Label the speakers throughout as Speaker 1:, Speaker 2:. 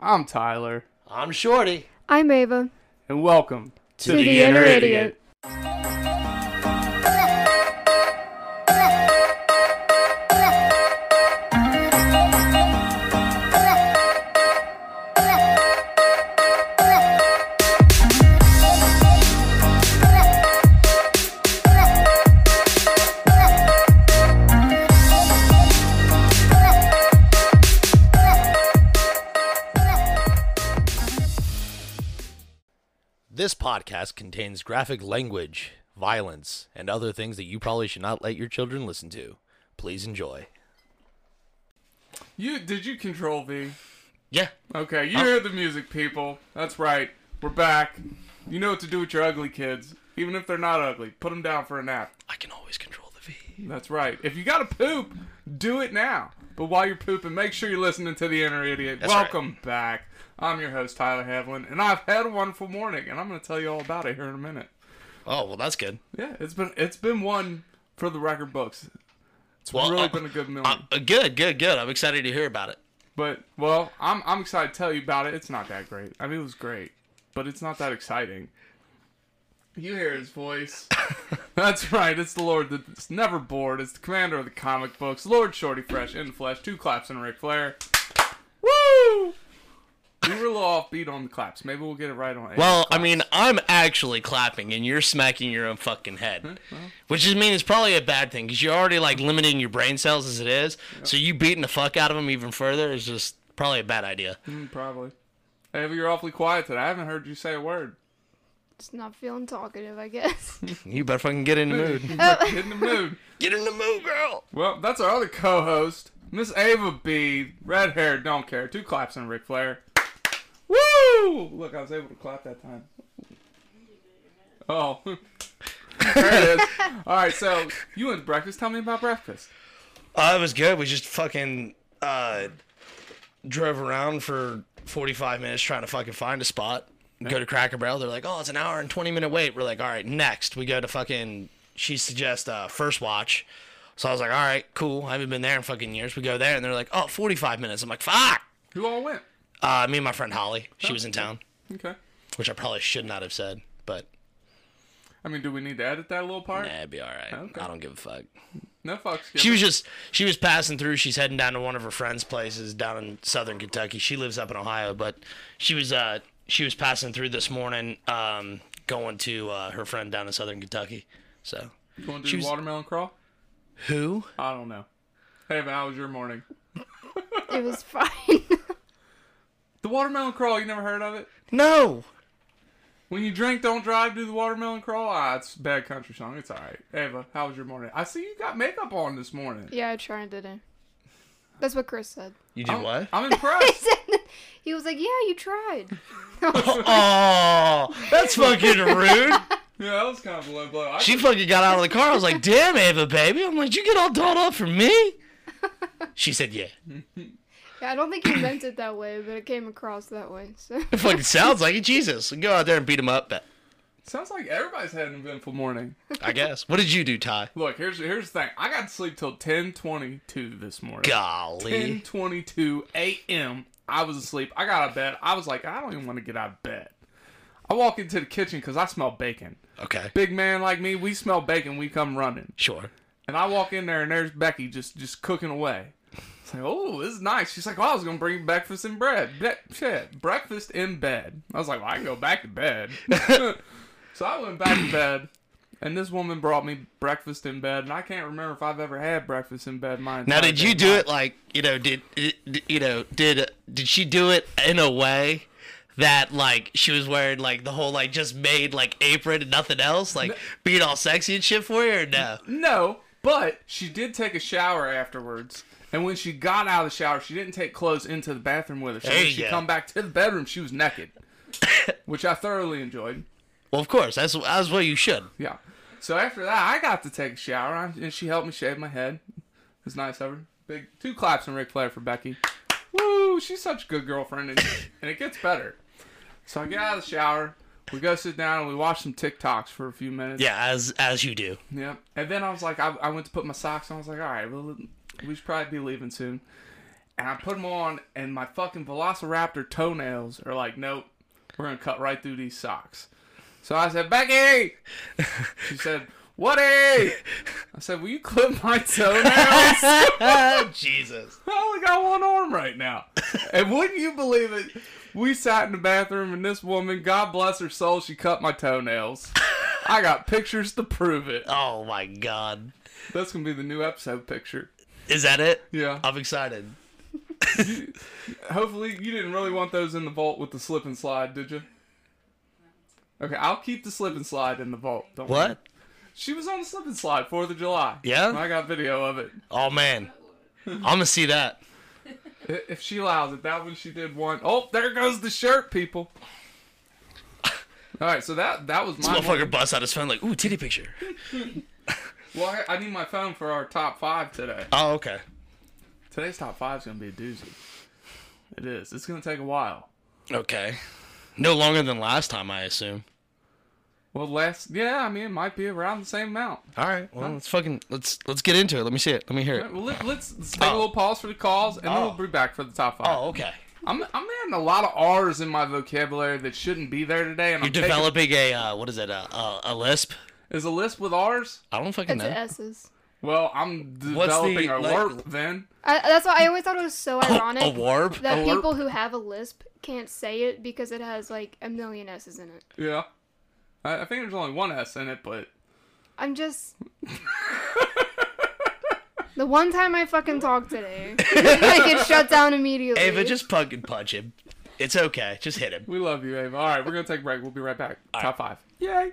Speaker 1: I'm Tyler,
Speaker 2: I'm Shorty.
Speaker 3: I'm Ava.
Speaker 1: and welcome
Speaker 3: To the the Inner Inner Idiot. Idiot.
Speaker 2: This podcast contains graphic language, violence, and other things that you probably should not let your children listen to. Please enjoy.
Speaker 1: You did you control V?
Speaker 2: Yeah.
Speaker 1: Okay, you heard the music, people. That's right. We're back. You know what to do with your ugly kids, even if they're not ugly. Put them down for a nap.
Speaker 2: I can always control the V.
Speaker 1: That's right. If you gotta poop, do it now. But while you're pooping, make sure you're listening to the Inner Idiot.
Speaker 2: That's right.
Speaker 1: Welcome back. I'm your host Tyler Havlin, and I've had a wonderful morning, and I'm gonna tell you all about it here in a minute.
Speaker 2: Oh, well, that's good.
Speaker 1: Yeah, it's been it's been one for the record books. It's
Speaker 2: Well,
Speaker 1: really
Speaker 2: uh,
Speaker 1: been a good million.
Speaker 2: Uh, uh, good, good, good. I'm excited to hear about it.
Speaker 1: But well, I'm I'm excited to tell you about it. It's not that great. I mean, it was great, but it's not that exciting. You hear his voice. That's right. It's the Lord that's never bored. It's the commander of the comic books, Lord Shorty Fresh in the flesh. Two claps and a Ric Flair. Woo! We were a little offbeat on the claps. Maybe we'll get it right on. air.
Speaker 2: Well, I mean, I'm actually clapping and you're smacking your own fucking head. Which is mean it's probably a bad thing because you're already like limiting your brain cells as it is. So you beating the fuck out of them even further is just probably a bad idea.
Speaker 1: Mm, probably. Hey, but you're awfully quiet today. I haven't heard you say a word.
Speaker 3: Just not feeling talkative, I guess.
Speaker 2: You better fucking get in the mood.
Speaker 1: Get in the mood.
Speaker 2: Get in the mood, girl.
Speaker 1: Well, that's our other co-host, Miss Ava B. Red hair, don't care. Two claps and Ric Flair. Woo! Look, I was able to clap that time. Oh, there it is. All right, so you went to breakfast. Tell me about breakfast.
Speaker 2: Uh, it was good. We just fucking uh, drove around for 45 minutes trying to fucking find a spot. Go to Cracker Barrel. They're like, oh, it's an hour and 20 minute wait. We're like, all right, next. We go to fucking, she suggests uh, First Watch. So I was like, all right, cool. I haven't been there in fucking years. We go there and they're like, oh, 45 minutes. I'm like, fuck.
Speaker 1: Who all went?
Speaker 2: Uh, me and my friend Holly, she was in town,
Speaker 1: Oh, Okay.
Speaker 2: which I probably should not have said, but
Speaker 1: I mean, do we need to edit that little part?
Speaker 2: nah, it'd be all right.
Speaker 1: Oh, Okay.
Speaker 2: I don't give a fuck.
Speaker 1: No fucks.
Speaker 2: She was just she was passing through. She's heading down to one of her friends' places down in southern Kentucky. She lives up in Ohio, but she was uh she was passing through this morning, um, going to uh, her friend down in southern Kentucky. So
Speaker 1: going to
Speaker 2: she
Speaker 1: do
Speaker 2: was-
Speaker 1: watermelon crawl.
Speaker 2: who?
Speaker 1: I don't know. Hey, Ava, how was your morning?
Speaker 3: it was fine.
Speaker 1: The watermelon crawl. You never heard of it?
Speaker 2: No.
Speaker 1: When you drink, don't drive. Do the watermelon crawl. Ah, it's a bad country song. It's all right. Ava, how was your morning? I see you got makeup on this morning.
Speaker 3: yeah, I tried and didn't. That's what Chris said.
Speaker 2: You did
Speaker 1: I'm,
Speaker 2: what?
Speaker 1: I'm impressed.
Speaker 3: He was like, "Yeah, you tried."
Speaker 2: oh, that's fucking rude.
Speaker 1: yeah, that was kind of a low blow. I,
Speaker 2: She fucking got out of the car. I was like, "Damn, Ava, baby." I'm like, "Did you get all dolled up for me?" She said, "Yeah."
Speaker 3: Yeah, I don't think he meant it that way, but it came across that way. So
Speaker 2: It fucking sounds like it. Jesus, go out there and beat him up. But
Speaker 1: sounds like everybody's had an eventful morning.
Speaker 2: I guess. What did you do, Ty?
Speaker 1: Look, here's here's the thing. I got to sleep till 10:22 this morning.
Speaker 2: Golly.
Speaker 1: 10:22 a.m. I was asleep. I got out of bed. I was like, I don't even want to get out of bed. I walk into the kitchen because I smell bacon.
Speaker 2: Okay.
Speaker 1: Big man like me, we smell bacon. We come running.
Speaker 2: Sure.
Speaker 1: And I walk in there, and there's Becky just just cooking away. It's like, oh, this is nice. She's like, oh, I was gonna bring breakfast and bread. Bre- shit, breakfast in bed. I was like, well, I can go back to bed. so I went back to bed, and this woman brought me breakfast in bed, and I can't remember if I've ever had breakfast in bed. My
Speaker 2: Now,
Speaker 1: entire
Speaker 2: did you
Speaker 1: damn
Speaker 2: do
Speaker 1: life.
Speaker 2: it like you know? Did, did you know? Did did she do it in a way that like she was wearing like the whole like just made like apron and nothing else, like being all sexy and shit for you, or no?
Speaker 1: No, but she did take a shower afterwards. And when she got out of the shower, she didn't take clothes into the bathroom with her. So
Speaker 2: There
Speaker 1: when
Speaker 2: you
Speaker 1: she
Speaker 2: go.
Speaker 1: come back to the bedroom, she was naked, which I thoroughly enjoyed.
Speaker 2: Well, of course, that's that's what you should.
Speaker 1: Yeah. So after that, I got to take a shower, I- and she helped me shave my head. It was nice of her. Big two claps and Ric Flair for Becky. Woo! She's such a good girlfriend, and, and it gets better. So I get out of the shower. We go sit down and we watch some TikToks for a few minutes.
Speaker 2: Yeah, as as you do.
Speaker 1: Yeah. And then I was like, I, I went to put my socks on. I was like, all right, well, we should probably be leaving soon. and I put them on, and my fucking Velociraptor toenails are like, nope, we're gonna cut right through these socks. So I said, Becky. She said, Woody. I said, will you clip my toenails?
Speaker 2: Ah, Jesus.
Speaker 1: I only got one arm right now. and wouldn't you believe it? We sat in the bathroom and this woman, God bless her soul, she cut my toenails. I got pictures to prove it.
Speaker 2: Oh my God.
Speaker 1: That's gonna be the new episode picture.
Speaker 2: Is that it?
Speaker 1: Yeah.
Speaker 2: I'm excited.
Speaker 1: Hopefully you didn't really want those in the vault with the slip and slide, did you? Okay, I'll keep the slip and slide in the vault. Don't worry.
Speaker 2: What?
Speaker 1: She was on the slip and slide, Fourth of July.
Speaker 2: Yeah?
Speaker 1: I got video of it.
Speaker 2: Oh man. I'm gonna see that.
Speaker 1: I- If she allows it, that one she did one. Oh, there goes the shirt, people. All right, so that that was my one.
Speaker 2: Motherfucker busts out his phone like, ooh, titty picture.
Speaker 1: Well, I, I need my phone for our top five today.
Speaker 2: Oh, okay.
Speaker 1: Today's top five is gonna be a doozy. It is. It's gonna take a while.
Speaker 2: Okay. No longer than last time, I assume.
Speaker 1: Well, last yeah, I mean it might be around the same amount.
Speaker 2: All right. Well, let's fucking let's let's get into it. Let me see it. Let me hear
Speaker 1: All right,
Speaker 2: it.
Speaker 1: well, let, let's, let's take a
Speaker 2: Oh.
Speaker 1: little pause for the calls, and then
Speaker 2: Oh.
Speaker 1: we'll be back for the top five.
Speaker 2: Oh, okay.
Speaker 1: I'm I'm adding a lot of R's in my vocabulary that shouldn't be there today, and
Speaker 2: You're
Speaker 1: I'm taking-
Speaker 2: developing a uh, what is it? Uh, uh, a lisp?
Speaker 1: is a list with R's.
Speaker 2: I don't fucking
Speaker 3: It's
Speaker 2: know.
Speaker 3: S's.
Speaker 1: Well, I'm
Speaker 2: What's the,
Speaker 1: developing a
Speaker 2: like-
Speaker 1: warp then.
Speaker 3: I, that's why I always thought it was so ironic
Speaker 2: A warp?
Speaker 1: A
Speaker 3: that
Speaker 1: warp?
Speaker 3: people who have a lisp can't say it because it has like a million S's in it.
Speaker 1: Yeah, I, I think there's only one S in it, but
Speaker 3: I'm just. the one time I fucking talk today, I get shut down immediately.
Speaker 2: Ava, just fucking punch him. It's okay. Just hit him.
Speaker 1: we love you, Ava. All right, we're gonna take a break. We'll be right back.
Speaker 2: All
Speaker 1: top five. Yay.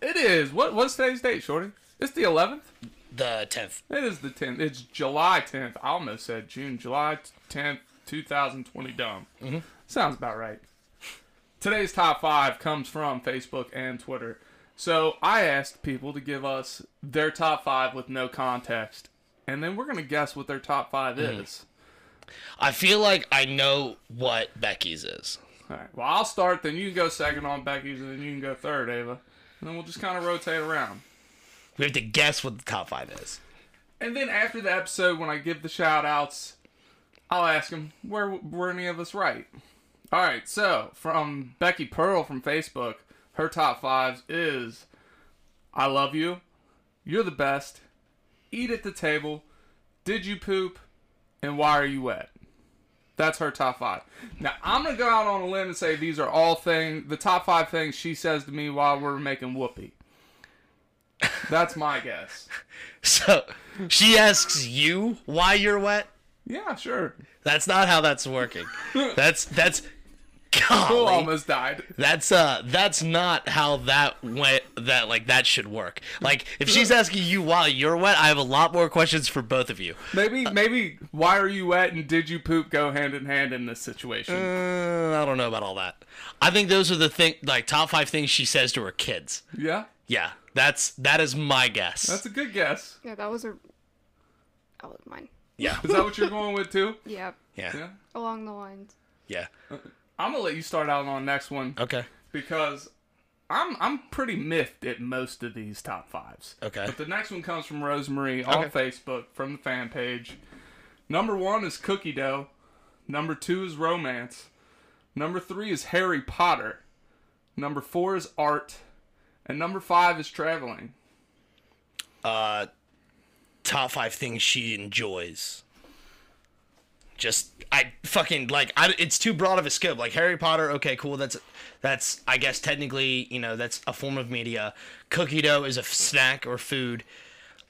Speaker 1: It is. What what's today's date, Shorty? It's the eleventh.
Speaker 2: The tenth.
Speaker 1: It is the tenth. It's July tenth. I almost said June. July tenth, two thousand twenty. Dumb. Mm-hmm. Sounds about right. Today's top five comes from Facebook and Twitter. So I asked people to give us their top five with no context, and then we're gonna guess what their top five is.
Speaker 2: I feel like I know what Becky's is.
Speaker 1: All right. Well, I'll start. Then you can go second on Becky's, and then you can go third, Ava. And then we'll just kind of rotate around.
Speaker 2: We have to guess what the top five is.
Speaker 1: And then after the episode, when I give the shout outs, I'll ask them, where were any of us right? All right, so from Becky Pearl from Facebook, her top fives is I love you, you're the best, eat at the table, did you poop, and why are you wet? That's her top five. Now I'm gonna go out on a limb and say these are all thing the top five things she says to me while we're making whoopee. That's my guess.
Speaker 2: So she asks you why you're wet.
Speaker 1: Yeah, sure.
Speaker 2: That's not how that's working. That's that's
Speaker 1: Who
Speaker 2: golly.
Speaker 1: almost died.
Speaker 2: That's uh that's not how that went that like that should work. Like if she's asking you why you're wet, I have a lot more questions for both of you.
Speaker 1: Maybe, maybe. Why are you wet? And did you poop? Go hand in hand in this situation.
Speaker 2: Uh, I don't know about all that. I think those are the thing like top 5 things she says to her kids.
Speaker 1: yeah,
Speaker 2: Yeah. That's that is my guess.
Speaker 1: that's a good guess.
Speaker 3: Yeah, that was a. That was mine.
Speaker 2: yeah.
Speaker 1: Is that what you're going with too?
Speaker 3: Yeah,
Speaker 2: Yeah.
Speaker 1: Yeah.
Speaker 3: along the lines.
Speaker 2: Yeah.
Speaker 1: I'm gonna let you start out on next one
Speaker 2: Okay.
Speaker 1: because I'm I'm pretty miffed at most of these top fives.
Speaker 2: Okay.
Speaker 1: But the next one comes from Rosemary on Facebook from the fan page. Number one is cookie dough. Number two is romance. Number three is Harry Potter. Number four is art. And number five is traveling.
Speaker 2: top five things she enjoys. Just I fucking like I, it's too broad of a scope. Like Harry Potter, okay, cool. That's that's I guess technically you know that's a form of media. Cookie dough is a f- snack or food.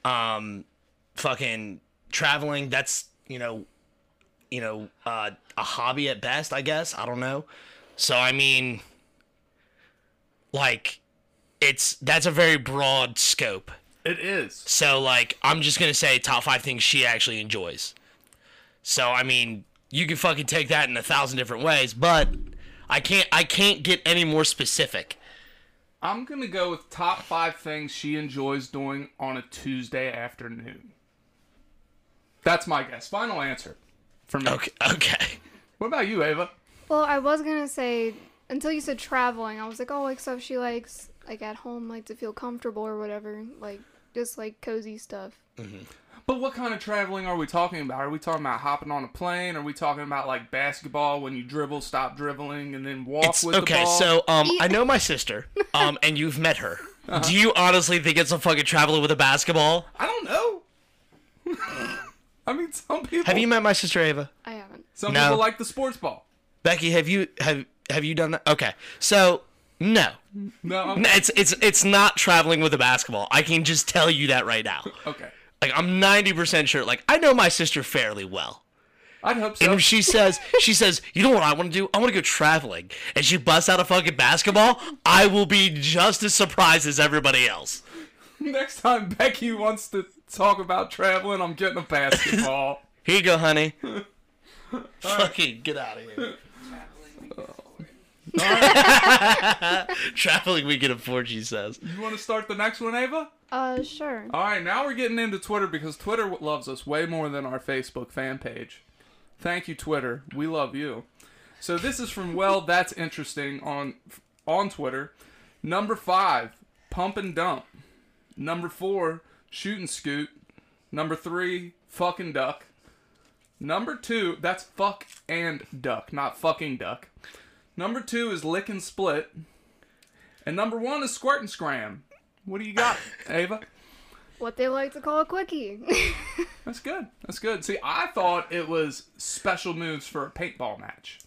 Speaker 2: Um, fucking traveling. That's you know, you know, uh, a hobby at best. I guess I don't know. So I mean, Like, it's that's a very broad scope.
Speaker 1: It is.
Speaker 2: So like I'm just gonna say top five things she actually enjoys. So I mean, you can fucking take that in a thousand different ways, but I can't I can't get any more specific.
Speaker 1: I'm gonna go with top five things she enjoys doing on a Tuesday afternoon. That's my guess. Final answer for me.
Speaker 2: Okay okay.
Speaker 1: What about you, Ava?
Speaker 3: Well, I was gonna say until you said traveling, I was like, oh, like stuff she likes, like at home, like to feel comfortable or whatever, like just like cozy stuff.
Speaker 1: But what kind of traveling are we talking about? Are we talking about hopping on a plane? Are we talking about like basketball when you dribble, stop dribbling, and then walk
Speaker 2: It's
Speaker 1: with the
Speaker 2: okay,
Speaker 1: ball?
Speaker 2: so um I know my sister. Um and you've met her. Do you honestly think it's a fucking traveler with a basketball?
Speaker 1: I don't know. I mean, some people.
Speaker 2: Have you met my sister Ava?
Speaker 3: I haven't.
Speaker 1: Some
Speaker 2: No.
Speaker 1: people like the sports ball.
Speaker 2: Becky, have you have have you done that? Okay. So no.
Speaker 1: No. I'm-
Speaker 2: No, It's it's it's not traveling with a basketball. I can just tell you that right now.
Speaker 1: Okay.
Speaker 2: Like I'm 90% sure. Like I know my sister fairly well.
Speaker 1: I'd hope
Speaker 2: And
Speaker 1: so.
Speaker 2: if she says, she says, you know what I want to do? I want to go traveling. And she busts out a fucking basketball. I will be just as surprised as everybody else.
Speaker 1: Next time Becky wants to talk about traveling, I'm getting a basketball.
Speaker 2: Here you go, honey. fucking get out of here. traveling we can afford, she says.
Speaker 1: you want to start the next one, Ava?
Speaker 3: Uh, sure.
Speaker 1: All right, now we're getting into Twitter because Twitter w- loves us way more than our Facebook fan page. Thank you, Twitter. We love you. So this is from well, that's interesting on on Twitter. Number five, pump and dump. Number four, shoot and scoot. Number three, fuck and duck. Number two, that's fuck and duck, not fucking duck. Number two is lick and split. And number one is squirt and scram. What do you got, Ava?
Speaker 3: What they like to call a quickie.
Speaker 1: That's good. That's good. See, I thought it was special moves for a paintball match.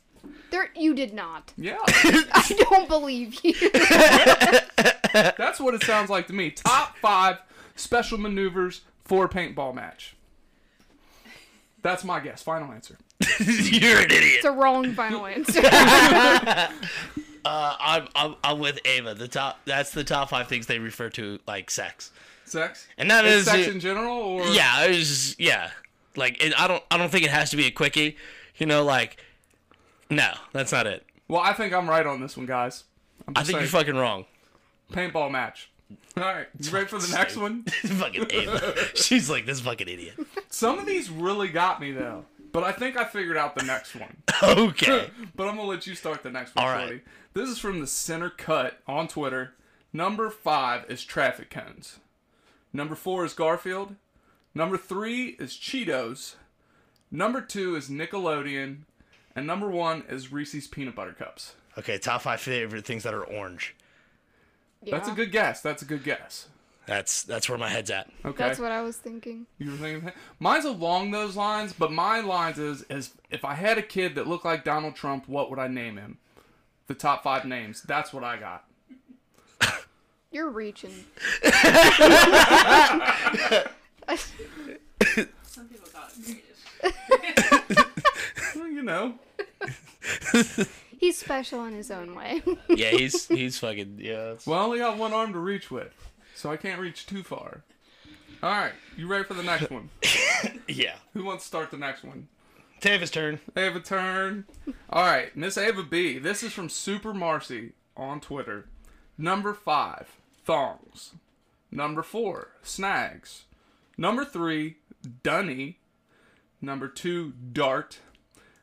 Speaker 3: there, you did not.
Speaker 1: Yeah,
Speaker 3: I don't believe you.
Speaker 1: that's what it sounds like to me. Top five special maneuvers for a paintball match. That's my guess. Final answer.
Speaker 2: You're an idiot.
Speaker 3: It's a wrong final answer.
Speaker 2: Uh, I'm, I'm, I'm with Ava. The top that's the top five things they refer to like sex,
Speaker 1: Sex.
Speaker 2: and that
Speaker 1: Is
Speaker 2: is
Speaker 1: sex in general, or
Speaker 2: yeah, it was yeah. Like it, I don't I don't think it has to be a quickie. You know, like no, that's not it.
Speaker 1: Well, I think I'm right on this one, guys. I'm
Speaker 2: I
Speaker 1: just
Speaker 2: think you're
Speaker 1: saying.
Speaker 2: fucking wrong.
Speaker 1: paintball match. All right, you ready for the next one?
Speaker 2: fucking Ava. She's like this fucking idiot.
Speaker 1: Some of these really got me though, but I think I figured out the next one.
Speaker 2: Okay.
Speaker 1: but I'm gonna let you start the next one,
Speaker 2: All right.
Speaker 1: Shorty. This is from the center cut on Twitter. Number five is traffic cones. Number four is Garfield. Number three is Cheetos. Number two is Nickelodeon, and number one is Reese's peanut butter cups.
Speaker 2: Okay. Top five favorite things that are orange.
Speaker 1: That's a good guess. That's a good guess.
Speaker 2: That's that's where my head's at.
Speaker 1: Okay.
Speaker 3: That's what I was thinking.
Speaker 1: You were thinking that? Mine's along those lines, but my lines is is if I had a kid that looked like Donald Trump, what would I name him? The top five names. That's what I got.
Speaker 3: You're reaching.
Speaker 4: Some people got
Speaker 1: Well, you know.
Speaker 3: He's special in his own way.
Speaker 2: Yeah, he's he's fucking yeah. that's-
Speaker 1: Well, I only got one arm to reach with, so I can't reach too far. All right, you ready for the next one?
Speaker 2: Yeah.
Speaker 1: Who wants to start the next one?
Speaker 2: Tava's turn.
Speaker 1: Ava turn. All right, Miss Ava B. This is from Super Marcy on Twitter. Number five, thongs. Number four, snags. Number three, dunny. Number two, dart.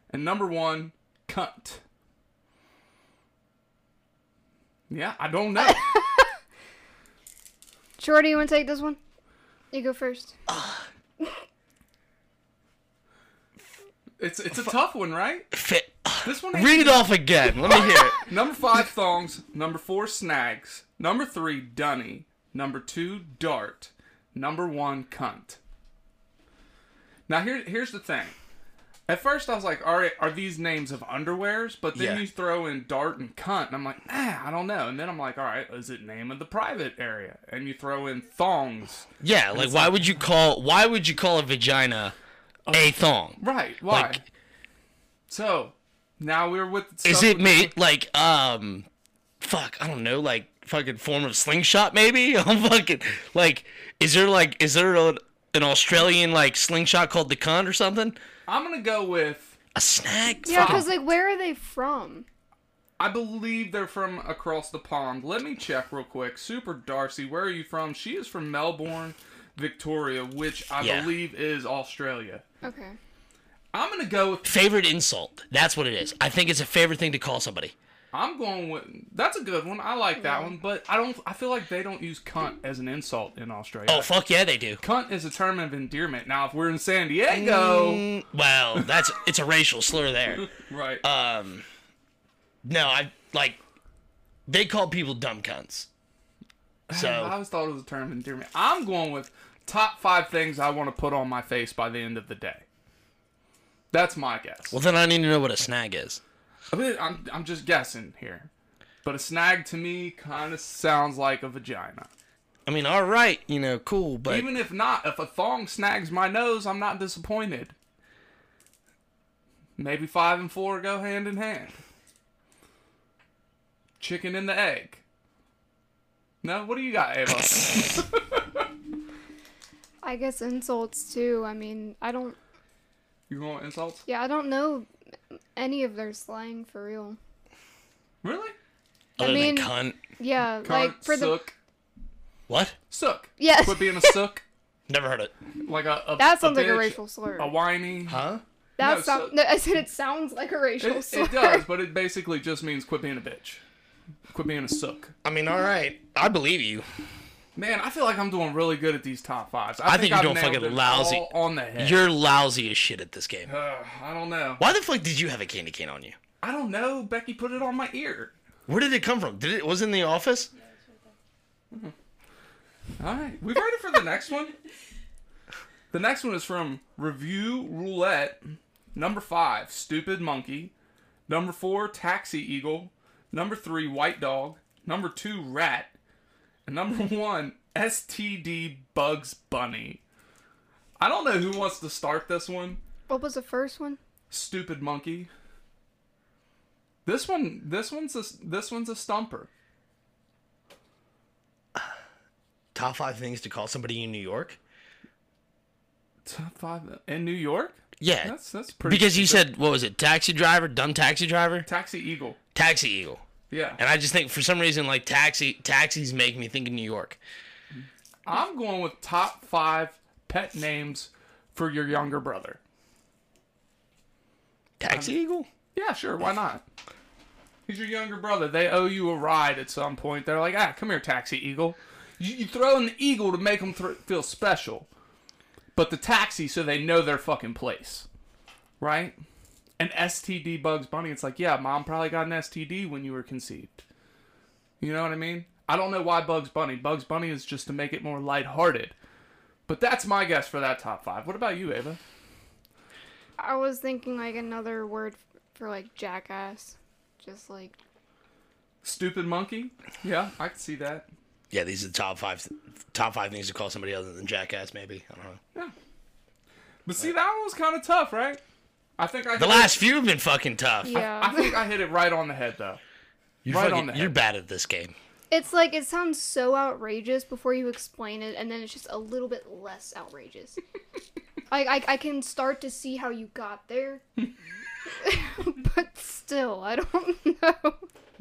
Speaker 1: And number one, cunt. Yeah, I don't know.
Speaker 3: Shorty, you want to take this one? You go first.
Speaker 1: It's it's a tough one, right?
Speaker 2: Fit.
Speaker 1: This one ain't
Speaker 2: Read it off again. Let me hear it.
Speaker 1: Number five, thongs. Number four, snags. Number three, dunny. Number two, dart. Number one, cunt. Now here, here's the thing. At first, I was like, "All right, are these names of underwears?" But then
Speaker 2: Yeah.
Speaker 1: you throw in dart and cunt, and I'm like, "Ah, I don't know." And then I'm like, "All right, is it name of the private area?" And you throw in thongs,
Speaker 2: Yeah. Like why would you call why would you call a vagina a thong?
Speaker 1: right? Why?
Speaker 2: Like-
Speaker 1: so now we're with.
Speaker 2: Is
Speaker 1: stuff
Speaker 2: it
Speaker 1: with-
Speaker 2: made like um fuck, I don't know, like fucking form of slingshot maybe? I'm fucking like is there like is there a, an Australian like slingshot called the cunt or something?
Speaker 1: I'm gonna go with.
Speaker 2: A snag?
Speaker 3: Yeah,
Speaker 2: Fucking-
Speaker 3: because like, where are they from?
Speaker 1: I believe they're from across the pond. Let me check real quick. Super Darcy, where are you from? She is from Melbourne, Victoria, which I
Speaker 2: Yeah.
Speaker 1: believe is Australia.
Speaker 3: Okay.
Speaker 1: I'm gonna go with.
Speaker 2: favorite insult. That's what it is. I think it's a favorite thing to call somebody.
Speaker 1: I'm going with. That's a good one. I like that one, but I don't. I feel like they don't use cunt as an insult in Australia.
Speaker 2: Oh fuck yeah, they do.
Speaker 1: Cunt is a term of endearment. Now, if we're in San Diego,
Speaker 2: Mm, Well, that's it's a racial slur there.
Speaker 1: right?
Speaker 2: Um, no, I like they call people dumb cunts.
Speaker 1: I
Speaker 2: So
Speaker 1: always thought it was a term of endearment. I'm going with top five things I want to put on my face by the end of the day. That's my guess.
Speaker 2: well, then I need to know what a snag is.
Speaker 1: I mean, I'm, I'm just guessing here. But a snag to me kind of sounds like a vagina.
Speaker 2: I mean, all right, you know, cool, but
Speaker 1: Even if not, if a thong snags my nose, I'm not disappointed. Maybe five and four go hand in hand. Chicken and the egg. No, what do you got, Ava?
Speaker 3: I guess insults too. I mean, I don't.
Speaker 1: you want insults?
Speaker 3: Yeah, I don't know any of their slang for real.
Speaker 1: Really?
Speaker 2: other
Speaker 3: mean-
Speaker 2: than cunt,
Speaker 3: Yeah,
Speaker 1: Cunt,
Speaker 3: like for the
Speaker 1: sook,
Speaker 2: what?
Speaker 1: sook.
Speaker 3: Yes.
Speaker 1: Quit being a sook.
Speaker 2: Never heard it.
Speaker 1: Like a, a
Speaker 3: that sounds like a
Speaker 1: bitch,
Speaker 3: racial slur.
Speaker 1: A whiny.
Speaker 2: Huh?
Speaker 3: that
Speaker 1: no, so-
Speaker 3: sounds. No, I said it sounds like a racial
Speaker 1: It,
Speaker 3: slur.
Speaker 1: it does, but it basically just means quit being a bitch. Quit being a sook.
Speaker 2: I mean, all right, I believe you.
Speaker 1: Man, I feel like I'm doing really good at these top fives. I,
Speaker 2: I think you're
Speaker 1: I've
Speaker 2: doing
Speaker 1: nailed
Speaker 2: fucking
Speaker 1: it
Speaker 2: lousy.
Speaker 1: all on the head.
Speaker 2: You're lousy as shit at this game.
Speaker 1: Uh, I don't know.
Speaker 2: Why the fuck did you have a candy cane on you?
Speaker 1: I don't know. Becky put it on my ear.
Speaker 2: Where did it come from? Did it was it in the office?
Speaker 1: All right, we ready for the next one? The next one is from Review Roulette. Number five, Stupid Monkey. Number four, Taxi Eagle. Number three, White Dog. Number two, Rat. And number one, STD Bugs Bunny. I don't know who wants to start this one.
Speaker 3: What was the first one?
Speaker 1: Stupid Monkey. This one, this one's a, this one's a stumper.
Speaker 2: Top five things to call somebody in New York.
Speaker 1: Top five in New York.
Speaker 2: Yeah,
Speaker 1: That's that's pretty.
Speaker 2: Uh, because you
Speaker 1: stupid.
Speaker 2: said what was it? Taxi driver, dumb taxi driver,
Speaker 1: Taxi Eagle.
Speaker 2: taxi eagle.
Speaker 1: Yeah.
Speaker 2: And I just think for some reason, like taxi taxis make me think of New York.
Speaker 1: I'm going with top five pet names for your younger brother.
Speaker 2: Taxi Eagle?
Speaker 1: Yeah, sure. Why not? He's your younger brother. They owe you a ride at some point. They're like, ah, come here, taxi eagle. You, you throw in the eagle to make them th- feel special, but the taxi so they know their fucking place, right? And STD Bugs Bunny. It's like, yeah, mom probably got an STD when you were conceived. You know what I mean? I don't know why Bugs Bunny. Bugs Bunny is just to make it more lighthearted. But that's my guess for that top five. What about you, Ava?
Speaker 3: I was thinking like another word f- for like jackass, just like
Speaker 1: Stupid monkey? Yeah, I can see that.
Speaker 2: Yeah, these are the top five top five things to call somebody other than Jackass, maybe. I don't know.
Speaker 1: But see, that one was kind of tough, right? I think I
Speaker 2: The last few have been fucking tough.
Speaker 3: yeah.
Speaker 1: I think I hit it right on the head, though.
Speaker 2: You're,
Speaker 1: Right
Speaker 2: fucking-
Speaker 1: on the head.
Speaker 2: you're bad at this game.
Speaker 3: It's like it sounds so outrageous before you explain it, and then it's just a little bit less outrageous. I, I I can start to see how you got there, but still, I don't know.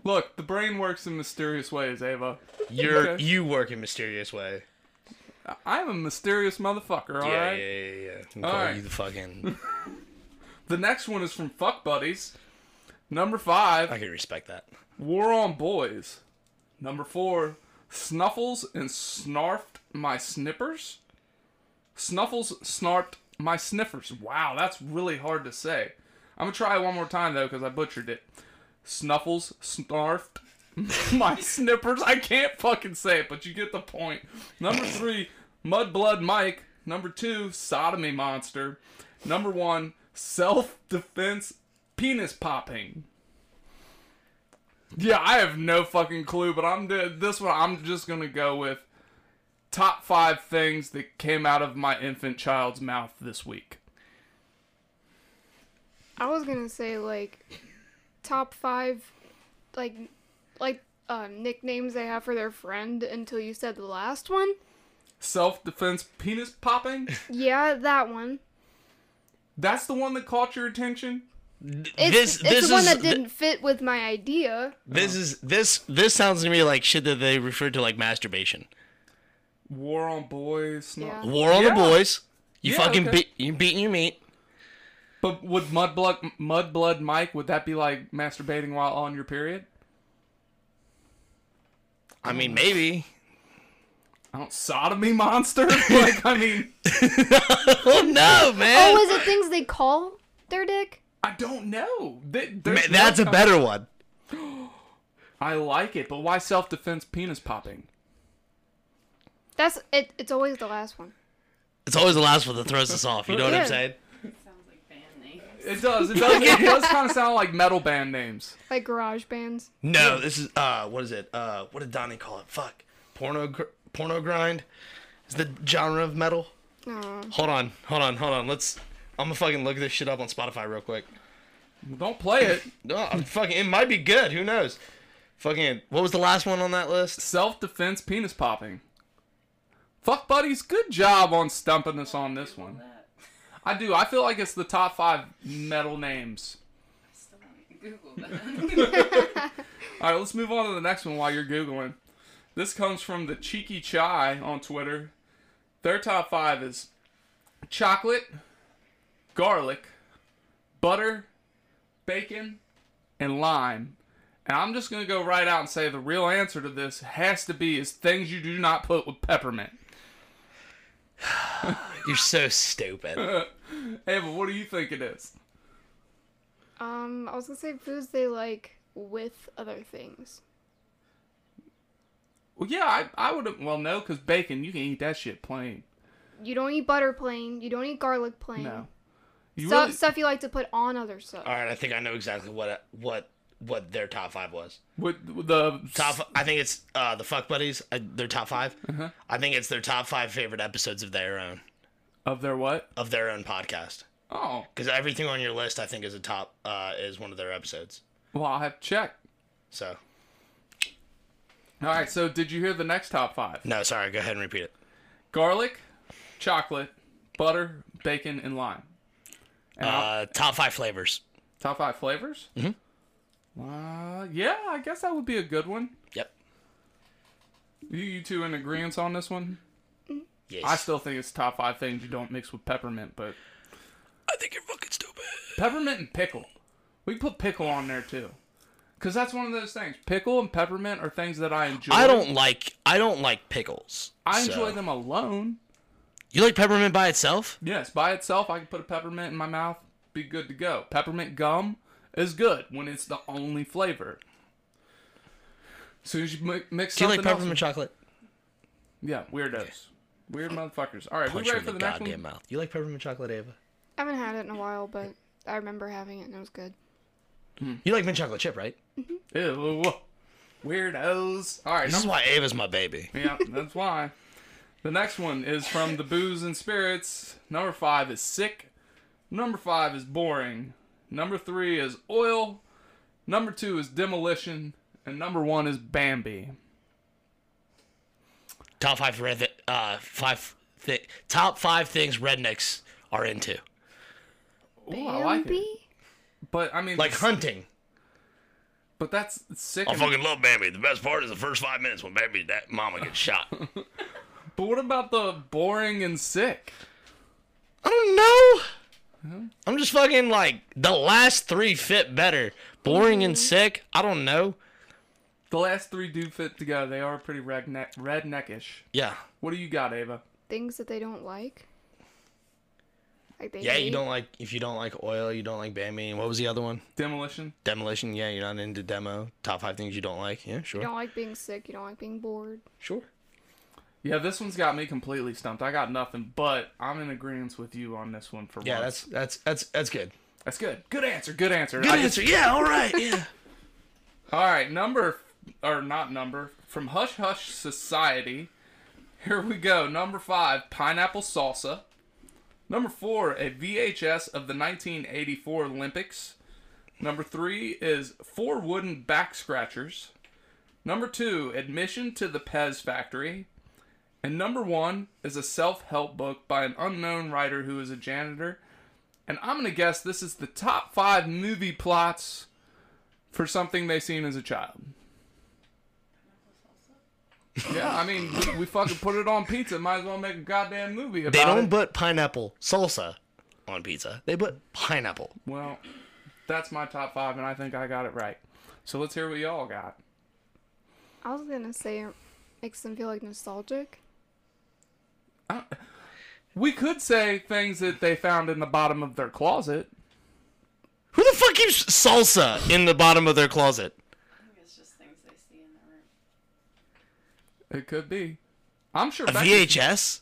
Speaker 1: Look, the brain works in mysterious ways, Ava.
Speaker 2: You're
Speaker 1: Okay.
Speaker 2: you work in mysterious way.
Speaker 1: I- I'm a mysterious motherfucker. All right.
Speaker 2: yeah, yeah, yeah, yeah, yeah. Call
Speaker 1: right.
Speaker 2: you the fucking
Speaker 1: The next one is from Fuck Buddies. Number five,
Speaker 2: I can respect that.
Speaker 1: War on Boys. Number four, Snuffles and Snarfed My Snippers. Snuffles Snarfed My Sniffers. Wow, that's really hard to say. I'm going to try it one more time, though, because I butchered it. Snuffles Snarfed My Snippers. I can't fucking say it, but you get the point. Number three, Mudblood Mike. Number two, Sodomy Monster. Number one, Self Defense Penis Popping. Yeah, I have no fucking clue, but I'm this one. I'm just gonna go with top five things that came out of my infant child's mouth this week.
Speaker 3: I was gonna say like top five, like like um, nicknames they have for their friend until you said the last one.
Speaker 1: Self defense penis popping?
Speaker 3: Yeah, that one.
Speaker 1: That's the one that caught your attention?
Speaker 3: It's,
Speaker 2: This-
Speaker 3: it's
Speaker 2: this
Speaker 3: the one
Speaker 2: is
Speaker 3: that
Speaker 2: the-
Speaker 3: didn't fit with my idea.
Speaker 2: This is this this sounds to me like shit that they referred to like masturbation.
Speaker 1: War on boys. Snog-
Speaker 3: Yeah.
Speaker 2: War on
Speaker 1: Yeah.
Speaker 2: the boys. You
Speaker 1: Yeah,
Speaker 2: fucking
Speaker 1: okay.
Speaker 2: beat you beating your meat.
Speaker 1: But would Mudblood, Mudblood Mike, would that be like masturbating while on your period?
Speaker 2: I
Speaker 1: Oh.
Speaker 2: mean maybe.
Speaker 1: I don't sodomy monster. like I mean,
Speaker 2: Oh no, man.
Speaker 3: Oh, is it things they call their dick?
Speaker 1: I don't know. Th-
Speaker 2: Ma-
Speaker 1: there's
Speaker 2: That's a
Speaker 1: no-
Speaker 2: better one.
Speaker 1: I like it, but why self defense penis popping?
Speaker 3: That's it. It's always the last one.
Speaker 2: It's always the last one that throws us off. You know what
Speaker 3: Yeah.
Speaker 2: I'm saying?
Speaker 4: Sounds like band name.
Speaker 1: It does. It does. it does kind of sound like metal band names.
Speaker 3: Like garage bands.
Speaker 2: No, this is uh, what is it? Uh, what did Donnie call it? Fuck, porno, gr- porno grind. Is the genre of metal?
Speaker 3: No.
Speaker 2: Hold on, hold on, hold on. Let's. I'm gonna fucking look this shit up on Spotify real quick.
Speaker 1: Don't play it.
Speaker 2: No, I'm fucking. It might be good. Who knows? Fucking. What was the last one on that list?
Speaker 1: Self defense penis popping. Fuck buddies, good job on stumping us on this one.
Speaker 4: That.
Speaker 1: I do. I feel like it's the top five metal names.
Speaker 4: I still want to Google that.
Speaker 1: All right, let's move on to the next one while you're Googling. This comes from the Cheeky Chai on Twitter. Their top five is chocolate, garlic, butter, bacon, and lime. And I'm just going to go right out and say the real answer to this has to be is things you do not put with peppermint.
Speaker 2: You're so stupid.
Speaker 1: Ava, what do you think it is?
Speaker 3: Um, I was gonna say foods they like with other things.
Speaker 1: Well, yeah, I, I would well no, because bacon you can eat that shit plain.
Speaker 3: You don't eat butter plain. You don't eat garlic plain.
Speaker 1: No, you
Speaker 3: Stuff,
Speaker 1: really-
Speaker 3: stuff you like to put on other stuff.
Speaker 2: All right, I think I know exactly what what what their top five was.
Speaker 1: with, with the
Speaker 2: Top. f- I think it's uh the fuck buddies. Uh, their top 5 I think it's their top five favorite episodes of their own
Speaker 1: of their what?
Speaker 2: of their own podcast.
Speaker 1: Oh,
Speaker 2: Because everything on your list, I think, is a top uh, is one of their episodes.
Speaker 1: Well, I'll have to check.
Speaker 2: So
Speaker 1: All right, so did you hear the next top five?
Speaker 2: no, sorry. Go ahead and repeat it.
Speaker 1: Garlic, chocolate, butter, bacon, and lime. And I'll-
Speaker 2: Uh, top five flavors.
Speaker 1: top five flavors? Mm-hmm. Uh, yeah, I guess that would be a good one.
Speaker 2: Yep.
Speaker 1: You, you two in agreement on this one?
Speaker 2: Yes.
Speaker 1: I still think it's top five things you don't mix with peppermint, but
Speaker 2: I think you're fucking stupid.
Speaker 1: peppermint and pickle. We put pickle on there too. Because that's one of those things. Pickle and peppermint are things that I enjoy.
Speaker 2: I don't like. I don't like pickles.
Speaker 1: I
Speaker 2: so-
Speaker 1: enjoy them alone.
Speaker 2: You like peppermint by itself?
Speaker 1: Yes, by itself, I can put a peppermint in my mouth, be good to go. Peppermint gum is good when it's the only flavor. As soon as you mi- mix
Speaker 2: Do you
Speaker 1: something
Speaker 2: like peppermint
Speaker 1: else,
Speaker 2: chocolate?
Speaker 1: yeah, weirdos, weird motherfuckers. All right, we
Speaker 2: Punch you
Speaker 1: ready
Speaker 2: in
Speaker 1: for
Speaker 2: the
Speaker 1: the next
Speaker 2: goddamn
Speaker 1: one?
Speaker 2: mouth. You like peppermint chocolate, Ava?
Speaker 3: I haven't had it in a while, but I remember having it and it was good.
Speaker 2: You like mint chocolate chip, right?
Speaker 1: Ew, weirdos. All right,
Speaker 2: This is
Speaker 1: number-
Speaker 2: why Ava's my baby.
Speaker 1: yeah, that's why. The next one is from the booze and spirits. Number five is sick. Number five is boring. Number three is oil. Number two is demolition, and number one is Bambi.
Speaker 2: Top five red. Uh, five. Th- top five things rednecks are into,
Speaker 1: Ooh, I like it.
Speaker 3: Bambi?
Speaker 1: But I mean,
Speaker 2: like
Speaker 1: s-
Speaker 2: hunting.
Speaker 1: But that's sick.
Speaker 2: I
Speaker 1: and-
Speaker 2: fucking love Bambi. The best part is the first five minutes when Bambi, that mama gets shot. I
Speaker 1: but what about the boring and sick?
Speaker 2: don't know. I'm just fucking like the last three fit better. Boring and sick. I don't know.
Speaker 1: The last three do fit together. They are pretty redneck, redneckish.
Speaker 2: Yeah.
Speaker 1: What do you got, Ava?
Speaker 3: Things that they don't like. Like they
Speaker 2: Yeah,
Speaker 3: hate.
Speaker 2: you don't like if you don't like oil, you don't like Bambi. What was the other one?
Speaker 1: Demolition.
Speaker 2: Demolition. Yeah, you're not into demo. Top five things you don't like. Yeah,
Speaker 3: You
Speaker 2: sure.
Speaker 3: don't like being sick. You don't like being bored.
Speaker 2: Sure.
Speaker 1: Yeah, this one's got me completely stumped. I got nothing, but I'm in agreement with you on this one for
Speaker 2: Yeah, that's
Speaker 1: once.
Speaker 2: that's that's that's good.
Speaker 1: that's good. Good answer. Good answer.
Speaker 2: Good
Speaker 1: I just-
Speaker 2: answer. Yeah, all right. Yeah.
Speaker 1: All right, number or not number from Hush Hush Society. Here we go. Number five, pineapple salsa. Number four, a VHS of the 1984 Olympics. Number three is four wooden back scratchers. Number two, Admission to the Pez Factory. And number one is a self help book by an unknown writer who is a janitor. And I'm going to guess this is the top five movie plots for something they seen as a child. Yeah, I mean, we, we fucking put it on pizza. Might as well make a goddamn movie about
Speaker 2: They don't
Speaker 1: it.
Speaker 2: put pineapple salsa on pizza. They put pineapple.
Speaker 1: Well, that's my top five, and I think I got it right. So let's hear what y'all got.
Speaker 3: I was gonna say it makes them feel like nostalgic.
Speaker 1: We could say things that they found in the bottom of their closet.
Speaker 2: Who the fuck keeps salsa in the bottom of their closet?
Speaker 4: think it's just things they see in the room.
Speaker 1: It could be. I'm sure.
Speaker 2: A
Speaker 1: Becky-
Speaker 2: VHS?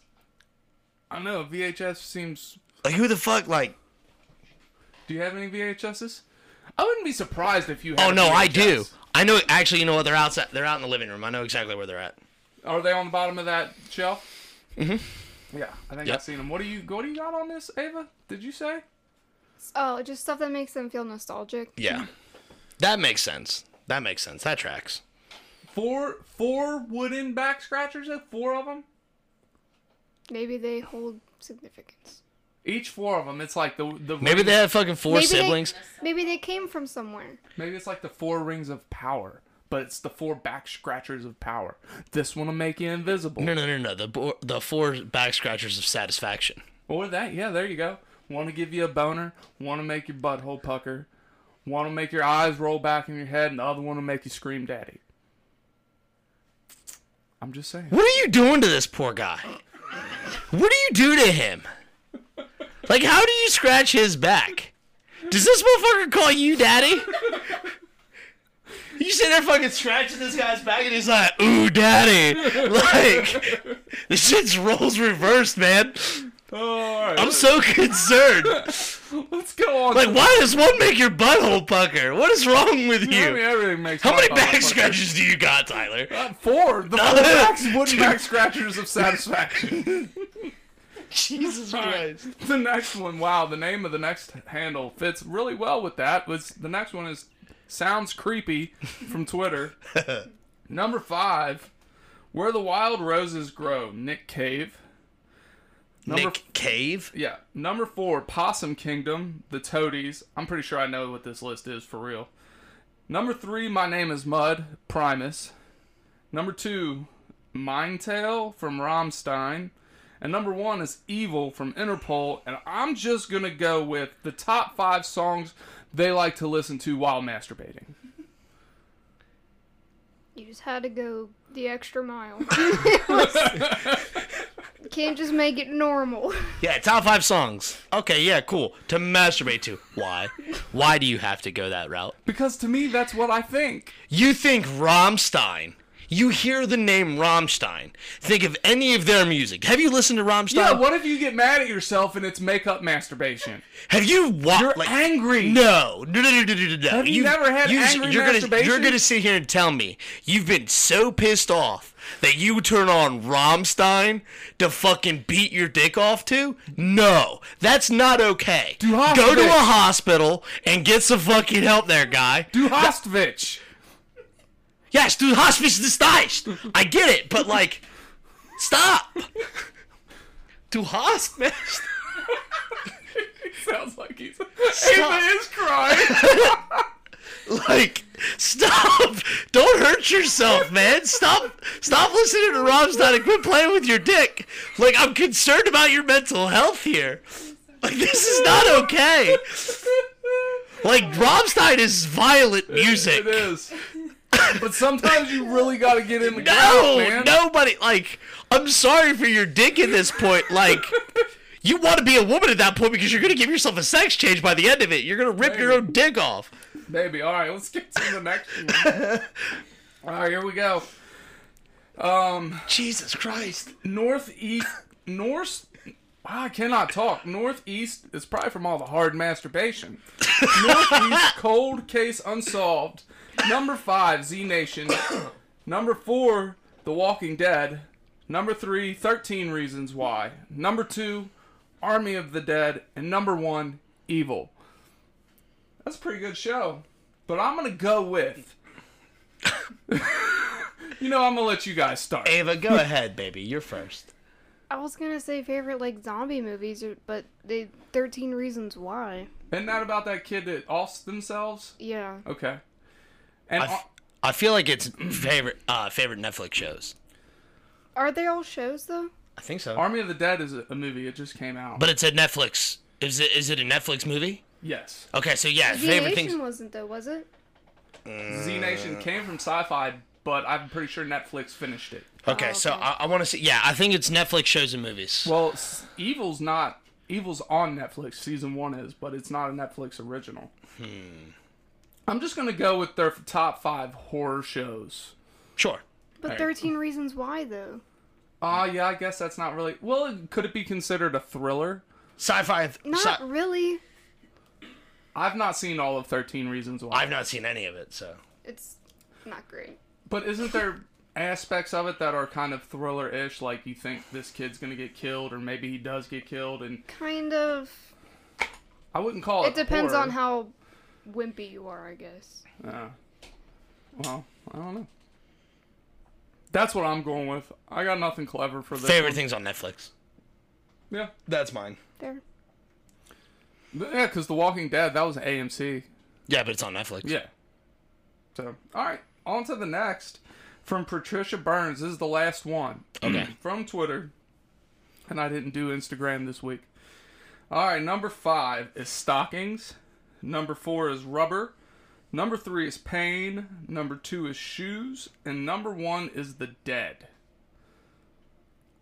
Speaker 1: I know VHS seems.
Speaker 2: Like who the fuck like
Speaker 1: Do you have any VHSs? I wouldn't be surprised if you. Had
Speaker 2: Oh
Speaker 1: a
Speaker 2: no, I do.
Speaker 1: VHS.
Speaker 2: I know actually you know what they're outside they're out in the living room. I know exactly where they're at.
Speaker 1: Are they on the bottom of that shelf? Mm-hmm. Yeah, I think
Speaker 2: Yep.
Speaker 1: I've seen them. What do you? What do you got on this, Ava? Did you say?
Speaker 3: Oh, just stuff that makes them feel nostalgic.
Speaker 2: Yeah. That makes sense. That makes sense. That tracks.
Speaker 1: Four, four wooden back scratchers. eh? Four of them.
Speaker 3: Maybe they hold significance.
Speaker 1: Each four of them. It's like the the.
Speaker 2: Maybe
Speaker 1: ring-
Speaker 2: they had fucking four
Speaker 3: Maybe they-
Speaker 2: siblings.
Speaker 3: Maybe they came from somewhere.
Speaker 1: Maybe it's like the four rings of power, but it's the four back scratchers of power. This one'll make you invisible.
Speaker 2: No, no, no, no. The bo- the four back scratchers of satisfaction.
Speaker 1: Or that, yeah, there you go. Want to give you a boner, want to make your butthole pucker, want to make your eyes roll back in your head, and the other one will make you scream daddy. I'm just saying.
Speaker 2: What are you doing to this poor guy? What do you do to him? Like, how do you scratch his back? Does this motherfucker call you daddy? You sit there fucking scratching this guy's back and he's like, ooh, daddy. Like, this shit's roles reversed, man.
Speaker 1: alright.
Speaker 2: I'm so concerned.
Speaker 1: Let's go on.
Speaker 2: Like, why does one make your butthole pucker? What is wrong with
Speaker 1: I mean,
Speaker 2: you?
Speaker 1: everything makes
Speaker 2: How
Speaker 1: my
Speaker 2: many
Speaker 1: butthole
Speaker 2: back
Speaker 1: pucker.
Speaker 2: scratches do you got, Tyler?
Speaker 1: Uh, Four. The four backs, wooden back scratchers of satisfaction.
Speaker 2: Jesus Christ.
Speaker 1: the next one, wow, the name of the next handle fits really well with that. Was the next one is sounds creepy from Twitter. Number five, where the wild roses grow, Nick Cave. Number
Speaker 2: Nick Cave?
Speaker 1: yeah, number four, Possum Kingdom, the Toadies. I'm pretty sure I know what this list is for real. Number three, my name is Mud, Primus. Number two, Mindtail from Rammstein. And number one is Evil from Interpol. And I'm just going to go with the top five songs they like to listen to while masturbating.
Speaker 3: You just had to go the extra mile. Can't just make it normal.
Speaker 2: Yeah, top five songs. Okay, yeah, cool. To masturbate to. Why? Why do you have to go that route?
Speaker 1: Because to me, that's what I think.
Speaker 2: You think Rammstein. You hear the name Rammstein. Think of any of their music. Have you listened to Rammstein?
Speaker 1: Yeah, what if you get mad at yourself and it's makeup masturbation?
Speaker 2: Have you watched?
Speaker 1: You're angry.
Speaker 2: No, no, no, no, no, no, no.
Speaker 1: Have you never had angry
Speaker 2: you're gonna,
Speaker 1: masturbation?
Speaker 2: You're gonna sit here and tell me you've been so pissed off that you turn on Rammstein to fucking beat your dick off to? No, that's not okay.
Speaker 1: Do
Speaker 2: Go to a
Speaker 1: hospice.
Speaker 2: hospital and get some fucking help, there, guy.
Speaker 1: Do Hostovich.
Speaker 2: Yes, do hospice is nice. I get it, but like, stop. Do hospice.
Speaker 1: Sounds like he's. Ava is crying.
Speaker 2: Like, stop! Don't hurt yourself, man. Stop! Stop listening to Rammstein and quit playing with your dick. Like, I'm concerned about your mental health here. Like, this is not okay. Like, Rammstein is violent music.
Speaker 1: It is. But sometimes you really got to get in the groove,
Speaker 2: No,
Speaker 1: man.
Speaker 2: nobody. Like, I'm sorry for your dick at this point. Like. You want to be a woman at that point because you're going to give yourself a sex change by the end of it. You're going to rip your own dick off.
Speaker 1: Baby, all right, let's get to the next one. all right, here we go. Um,
Speaker 2: Jesus Christ.
Speaker 1: northeast, north. I cannot talk. Northeast is probably from all the hard masturbation. Northeast cold case unsolved. Number five, Z Nation. Number four, The Walking Dead. Number three, 13 Reasons Why. Number two, Army of the Dead. And number one, Evil. That's a pretty good show. But I'm going to go with. You know, I'm gonna let you guys start.
Speaker 2: Ava, go ahead, baby. You're first.
Speaker 3: I was gonna say favorite like zombie movies, or- but they Thirteen Reasons Why.
Speaker 1: Isn't that about that kid that offs themselves?
Speaker 3: Yeah,
Speaker 1: Okay. And
Speaker 2: I, f- I feel like it's favorite uh, favorite Netflix shows.
Speaker 3: are they all shows though?
Speaker 2: I think so.
Speaker 1: Army of the Dead is a a movie. It just came out.
Speaker 2: but it's a Netflix. Is it is it a Netflix movie?
Speaker 1: yes.
Speaker 2: Okay, so yeah,
Speaker 3: Z
Speaker 2: favorite
Speaker 3: Nation
Speaker 2: things.
Speaker 3: wasn't though, was it?
Speaker 2: Uh,
Speaker 1: Z Nation came from Sci-Fi, but I'm pretty sure Netflix finished it.
Speaker 2: Okay, so
Speaker 3: Oh, okay.
Speaker 2: I, I want to see. Yeah, I think it's Netflix shows and movies.
Speaker 1: Well, s- Evil's not. Evil's on Netflix. Season one is, but it's not a Netflix original.
Speaker 2: Hmm.
Speaker 1: I'm just gonna go with their top five horror shows.
Speaker 2: sure.
Speaker 3: But
Speaker 1: Right.
Speaker 3: Thirteen Reasons Why though.
Speaker 1: Ah, yeah, I guess that's not really. Well, it- could it be considered a thriller?
Speaker 2: Sci-fi.
Speaker 3: Not
Speaker 2: sci-
Speaker 3: really.
Speaker 1: I've not seen all of Thirteen Reasons Why.
Speaker 2: I've not seen any of it, so
Speaker 3: It's not great.
Speaker 1: But isn't there aspects of it that are kind of thriller-ish? Like you think this kid's gonna get killed, or maybe he does get killed, and
Speaker 3: Kind of.
Speaker 1: I wouldn't call it.
Speaker 3: It depends
Speaker 1: horror.
Speaker 3: on how wimpy you are, I guess.
Speaker 1: Uh, well, I don't know. That's what I'm going with. I got nothing clever for this.
Speaker 2: favorite
Speaker 1: one.
Speaker 2: things on Netflix.
Speaker 1: Yeah.
Speaker 2: That's mine.
Speaker 3: There.
Speaker 1: Yeah, because The Walking Dead, that was AMC.
Speaker 2: Yeah, but it's on Netflix.
Speaker 1: Yeah. So, all right, on to the next from Patricia Burns. This is the last one.
Speaker 2: Okay.
Speaker 1: from Twitter, and I didn't do Instagram this week. All right, number five is stockings. Number four is rubber. Number three is pain. Number two is shoes. And number one is the dead.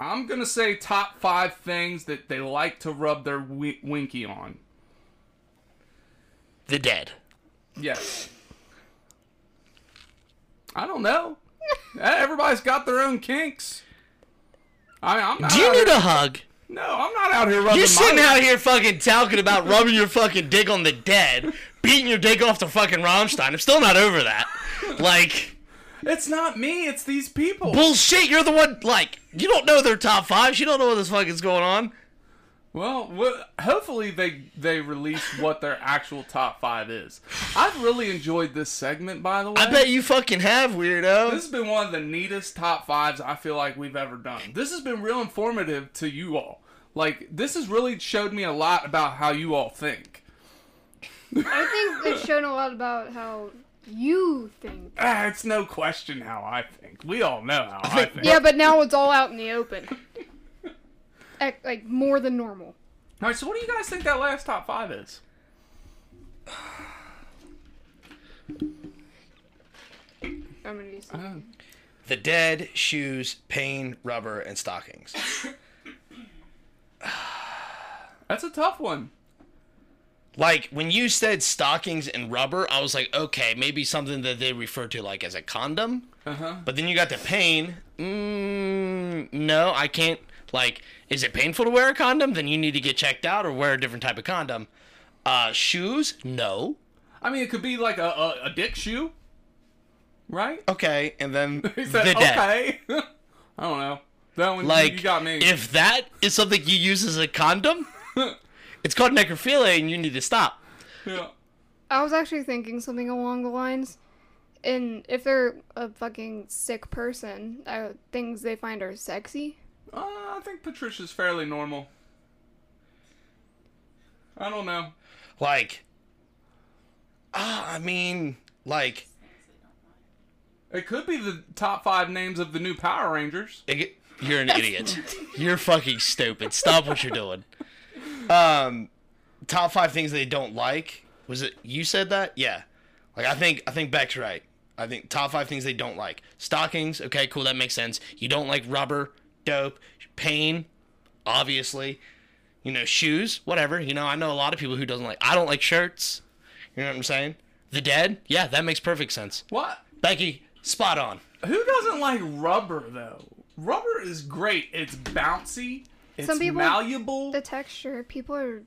Speaker 1: I'm going to say top five things that they like to rub their wi- winky on.
Speaker 2: The Dead.
Speaker 1: Yes. I don't know. Eh, Everybody's got their own kinks. I mean, I'm not.
Speaker 2: Do you
Speaker 1: out
Speaker 2: need
Speaker 1: here-
Speaker 2: a hug?
Speaker 1: no, I'm not out here rubbing
Speaker 2: You're
Speaker 1: my
Speaker 2: sitting out here fucking talking about rubbing your fucking dick on the dead, beating your dick off to fucking Rammstein. I'm still not over that. Like,
Speaker 1: It's not me, it's these people.
Speaker 2: bullshit, you're the one, like, you don't know their top fives. You don't know what the fuck is going on.
Speaker 1: Well, well, hopefully they they release what their actual top 5 is. I've really enjoyed this segment by the way.
Speaker 2: I bet you fucking have, weirdo.
Speaker 1: this has been one of the neatest top 5s I feel like we've ever done. This has been real informative to you all. Like this has really showed me a lot about how you all think.
Speaker 3: I think it's shown a lot about how you think.
Speaker 1: Ah, it's no question how I think. We all know how I think.
Speaker 3: Yeah, but now it's all out in the open. Act like more than normal.
Speaker 1: All right, so what do you guys think that last top 5 is?
Speaker 3: I'm gonna use
Speaker 2: The dead, shoes, pain, rubber, and stockings.
Speaker 1: That's a tough one.
Speaker 2: Like, when you said stockings and rubber, I was like, okay, maybe something that they refer to, like, as a condom.
Speaker 1: Uh-huh.
Speaker 2: But then you got the pain. Mm, no, I can't. Like, is it painful to wear a condom? Then you need to get checked out or wear a different type of condom. Uh, shoes? No.
Speaker 1: I mean, it could be like a a, a dick shoe, right?
Speaker 2: Okay, and then
Speaker 1: He said,
Speaker 2: Oh, the dead.
Speaker 1: okay. I don't know. That one,
Speaker 2: Like,
Speaker 1: you got me.
Speaker 2: if that is something you use as a condom, it's called necrophilia, and you need to stop.
Speaker 1: yeah.
Speaker 3: I was actually thinking something along the lines. And if they're a fucking sick person, uh, things they find are sexy.
Speaker 1: Uh, I think Patricia's fairly normal. I don't know.
Speaker 2: Like, ah, I mean, like,
Speaker 1: It could be the top five names of the new Power Rangers.
Speaker 2: Ig- You're an idiot. You're fucking stupid. Stop what you're doing. Um, top five things they don't like. Was it you said that? Yeah. Like I think I think Beck's right. I think top five things they don't like. Stockings. Okay, cool. That makes sense. You don't like rubber. Dope. Pain. Obviously. You know shoes. Whatever. You know I know a lot of people who doesn't like. I don't like shirts. You know what I'm saying? The dead. Yeah, that makes perfect sense.
Speaker 1: What?
Speaker 2: Becky, spot on.
Speaker 1: Who doesn't like rubber though? Rubber is great. It's bouncy. It's
Speaker 3: Some people-
Speaker 1: malleable.
Speaker 3: The texture, people are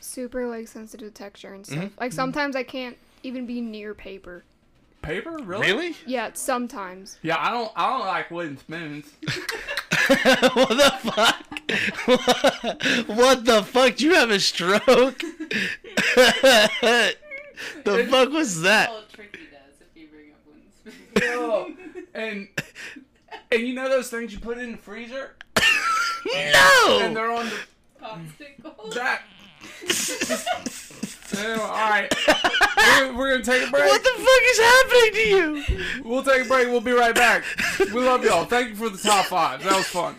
Speaker 3: super like sensitive to texture and stuff. Like sometimes I can't even be near paper.
Speaker 1: Paper, really?
Speaker 2: Really?
Speaker 3: Yeah, sometimes.
Speaker 1: Yeah, I don't. I don't like wooden spoons.
Speaker 2: what the fuck? what the fuck? Do you have a stroke? the fuck was that?
Speaker 4: Well, Tricky does if you bring up wooden spoons.
Speaker 1: and And you know those things you put in the freezer and
Speaker 2: No.
Speaker 1: they're on the
Speaker 4: Popsicles.
Speaker 1: That. Anyway, all right, we're, we're gonna take a break.
Speaker 2: What the fuck is happening to you?
Speaker 1: We'll take a break. We'll be right back. We love y'all. Thank you for the top five. That was fun.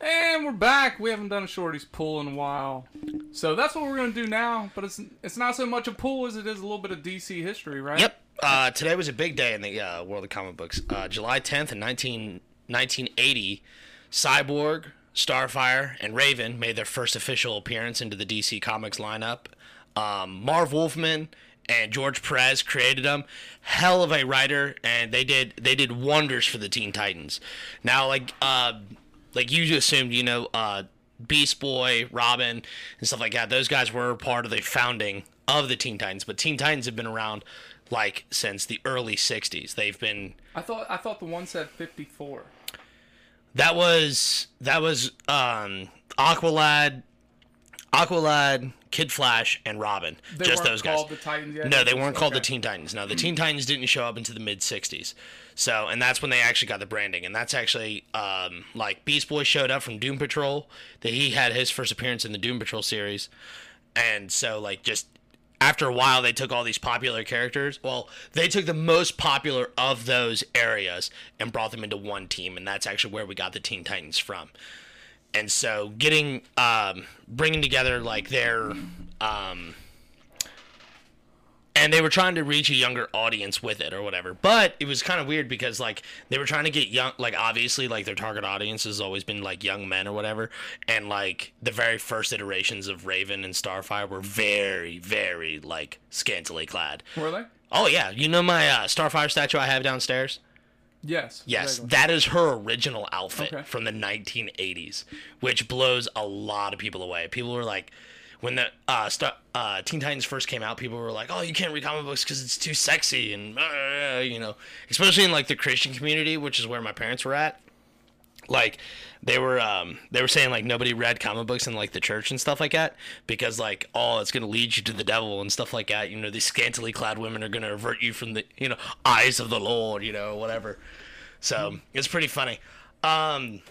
Speaker 1: And we're back. We haven't done a shorty's pool in a while, so that's what we're gonna do now. But it's it's not so much a pool as it is a little bit of DC history, right?
Speaker 2: Yep. Uh, today was a big day in the uh, world of comic books. Uh, July 10th, in 19, 1980, Cyborg, Starfire, and Raven made their first official appearance into the DC Comics lineup. Um, Marv Wolfman and George Perez created them. Hell of a writer, and they did they did wonders for the Teen Titans. Now, like uh, like you assumed, you know, uh, Beast Boy, Robin, and stuff like that. Those guys were part of the founding of the Teen Titans, but Teen Titans have been around like since the early '60s. They've been
Speaker 1: I thought I thought the one said fifty four.
Speaker 2: that was that was um, Aqualad, Aqualad, Kid Flash, and Robin.
Speaker 1: They
Speaker 2: Just
Speaker 1: weren't
Speaker 2: those guys.
Speaker 1: called the Titans yet?
Speaker 2: No, they weren't called the
Speaker 1: Okay. Hmm.
Speaker 2: Teen Titans. No, the Teen Titans didn't show up into the mid '60s. So, and that's when they actually got the branding, and that's actually um, like Beast Boy showed up from Doom Patrol. That he had his first appearance in the Doom Patrol series, and so like just after a while, they took all these popular characters. Well, they took the most popular of those areas and brought them into one team, and that's actually where we got the Teen Titans from. And so, getting um, bringing together like their um, and they were trying to reach a younger audience with it or whatever. But it was kind of weird because like they were trying to get young, like obviously like their target audience has always been like young men or whatever. And like the very first iterations of Raven and Starfire were very, very like scantily clad.
Speaker 1: Were they?
Speaker 2: Oh yeah, you know my uh, Starfire statue I have downstairs.
Speaker 1: Yes.
Speaker 2: Yes,
Speaker 1: vaguely.
Speaker 2: that is her original outfit
Speaker 1: Okay.
Speaker 2: from the 1980s, which blows a lot of people away. People were like, when the uh, Star, uh, Teen Titans first came out, people were like, "Oh, you can't read comic books because it's too sexy," and uh, you know, especially in like the Christian community, which is where my parents were at. Like, they were um, they were saying like nobody read comic books in like the church and stuff like that because like oh it's gonna lead you to the devil and stuff like that. You know, these scantily clad women are gonna avert you from the you know eyes of the Lord, you know, whatever. So it's pretty funny. Um,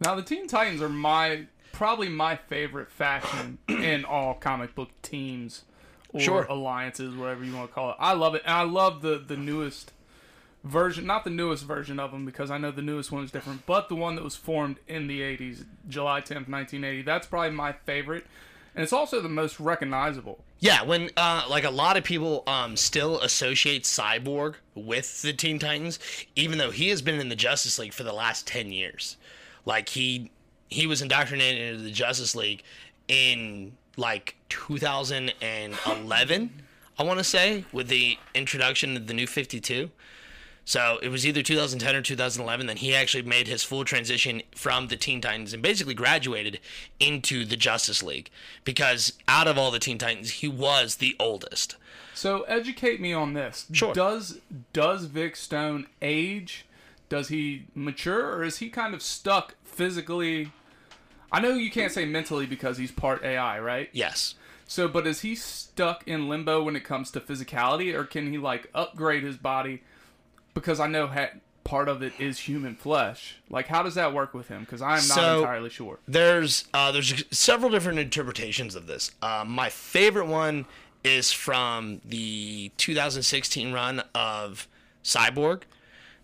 Speaker 1: Now the Teen Titans are my probably my favorite faction in all comic book teams or
Speaker 2: Sure.
Speaker 1: alliances, whatever you want to call it. I love it, and I love the the newest version, not the newest version of them because I know the newest one is different, but the one that was formed in the '80s, July 10th, 1980. That's probably my favorite, and it's also the most recognizable.
Speaker 2: yeah, when uh, like a lot of people um, still associate Cyborg with the Teen Titans, even though he has been in the Justice League for the last ten years. Like he he was indoctrinated into the Justice League in like 2011, I want to say, with the introduction of the New 52. So it was either 2010 or 2011 that he actually made his full transition from the Teen Titans and basically graduated into the Justice League because out of all the Teen Titans, he was the oldest.
Speaker 1: So educate me on this.
Speaker 2: Sure.
Speaker 1: Does does Vic Stone age? Does he mature or is he kind of stuck physically? I know you can't say mentally because he's part AI, right?
Speaker 2: Yes.
Speaker 1: So but is he stuck in limbo when it comes to physicality or can he like upgrade his body because I know ha- part of it is human flesh. Like how does that work with him cuz I am not
Speaker 2: So-
Speaker 1: entirely sure.
Speaker 2: There's uh, there's several different interpretations of this. Uh, my favorite one is from the 2016 run of Cyborg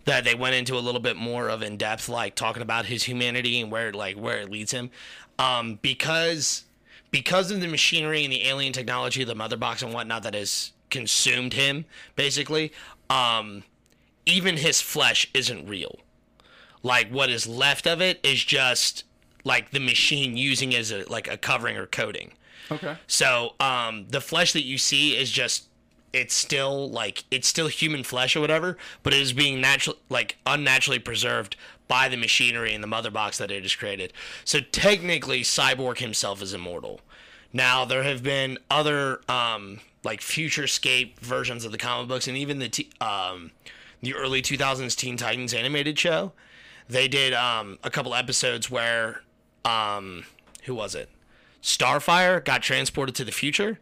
Speaker 2: that they went into a little bit more of in depth, like talking about his humanity and where like where it leads him, um, because because of the machinery and the alien technology, the mother box and whatnot that has consumed him, basically. Um, even his flesh isn't real like what is left of it is just like the machine using it as a like a covering or coating.
Speaker 1: Okay.
Speaker 2: So um, the flesh that you see is just it's still like it's still human flesh or whatever, but it is being natural like unnaturally preserved by the machinery and the mother box that it has created. So technically, Cyborg himself is immortal. Now there have been other um, like futurescape versions of the comic books and even the t- um, the early 2000s Teen Titans animated show. They did um, a couple episodes where um, who was it? Starfire got transported to the future,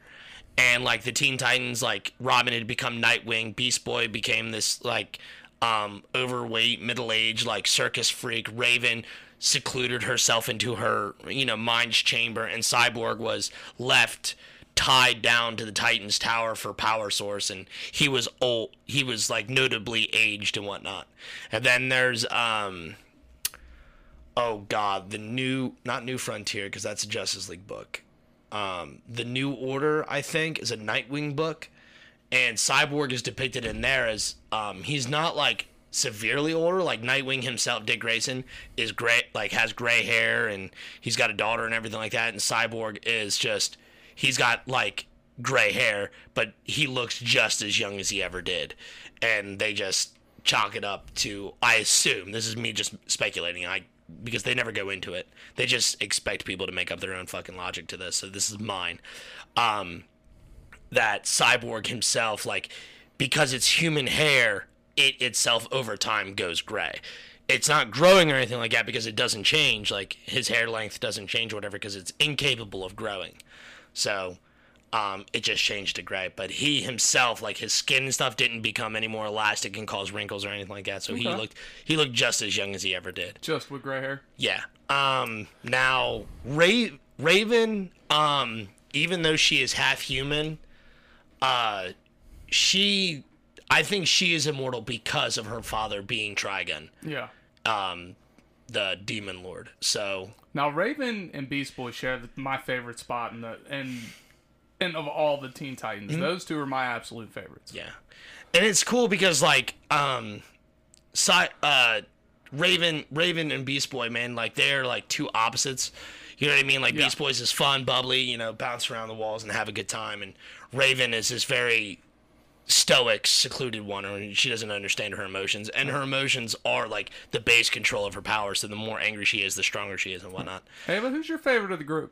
Speaker 2: and like the Teen Titans, like Robin had become Nightwing, Beast Boy became this like um, overweight, middle aged, like circus freak. Raven secluded herself into her you know mind's chamber, and Cyborg was left tied down to the Titans Tower for power source, and he was old. He was like notably aged and whatnot. And then there's um, oh god, the new not New Frontier because that's a Justice League book. Um, the New Order I think is a Nightwing book, and Cyborg is depicted in there as um, he's not like severely older like Nightwing himself Dick Grayson is gray like has gray hair and he's got a daughter and everything like that and Cyborg is just he's got like gray hair, but he looks just as young as he ever did. And they just chalk it up to I assume this is me just speculating. I because they never go into it. They just expect people to make up their own fucking logic to this. So this is mine. Um that cyborg himself like because it's human hair, it itself over time goes gray. It's not growing or anything like that because it doesn't change. Like his hair length doesn't change or whatever because it's incapable of growing. So um, it just changed to gray. But he himself, like his skin and stuff, didn't become any more elastic and cause wrinkles or anything like that. So he looked he looked just as young as he ever did.
Speaker 1: Just with gray hair.
Speaker 2: Yeah. Um. Now, Ra- Raven. Um. Even though she is half human, uh, she, I think she is immortal because of her father being Trigun,
Speaker 1: Yeah.
Speaker 2: um, the demon lord. So
Speaker 1: Now Raven and Beast Boy share the, my favorite spot in the and and of all the Teen Titans,
Speaker 2: Mm-hmm.
Speaker 1: those two are my absolute favorites.
Speaker 2: Yeah. And it's cool because like um Cy- uh Raven Raven and Beast Boy, man, like they're like two opposites. You know what I mean? Like
Speaker 1: Yeah.
Speaker 2: Beast Boy's is fun, bubbly, you know, bounce around the walls and have a good time and Raven is this very stoic, secluded one and she doesn't understand her emotions. And her emotions are like the base control of her power, so the more angry she is, the stronger she is and whatnot.
Speaker 1: Ava, who's your favorite of the group?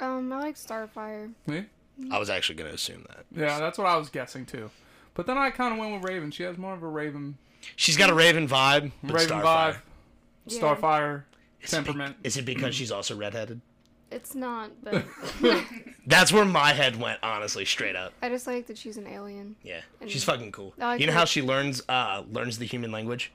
Speaker 3: Um, I like Starfire.
Speaker 1: Me?
Speaker 2: I was actually gonna assume that.
Speaker 1: Yeah, that's what I was guessing too. But then I kind of went with Raven. She has more of a Raven,
Speaker 2: She's got a Raven vibe. But
Speaker 1: Raven
Speaker 2: Starfire.
Speaker 1: vibe, Starfire temperament.
Speaker 2: Is it because she's also redheaded?
Speaker 3: It's not, but
Speaker 2: That's where my head went, honestly, straight up.
Speaker 3: I just like that she's an alien.
Speaker 2: Yeah, she's fucking cool.
Speaker 3: I
Speaker 2: you know
Speaker 3: agree.
Speaker 2: how she learns uh learns the human language?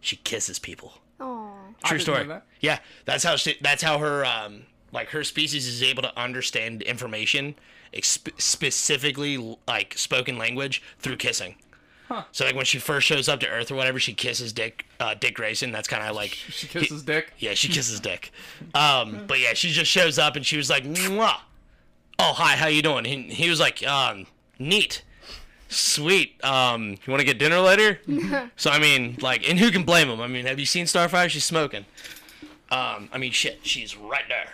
Speaker 2: She kisses people.
Speaker 3: Aw.
Speaker 2: True
Speaker 1: didn't
Speaker 2: story.
Speaker 1: know that.
Speaker 2: Yeah, that's how she. That's how her um like her species is able to understand information, exp- specifically like spoken language through kissing. So like when she first shows up to Earth or whatever, she kisses Dick uh, Dick Grayson. That's kind of like
Speaker 1: She kisses dick.
Speaker 2: yeah, she kisses dick. Um, but yeah, she just shows up and she was like, Mwah. "Oh hi, how you doing?" He, he was like, um, "Neat, sweet. Um, you want to get dinner later?" so I mean, like, and who can blame him? I mean, have you seen Starfire? She's smoking. Um, I mean, shit, she's right there.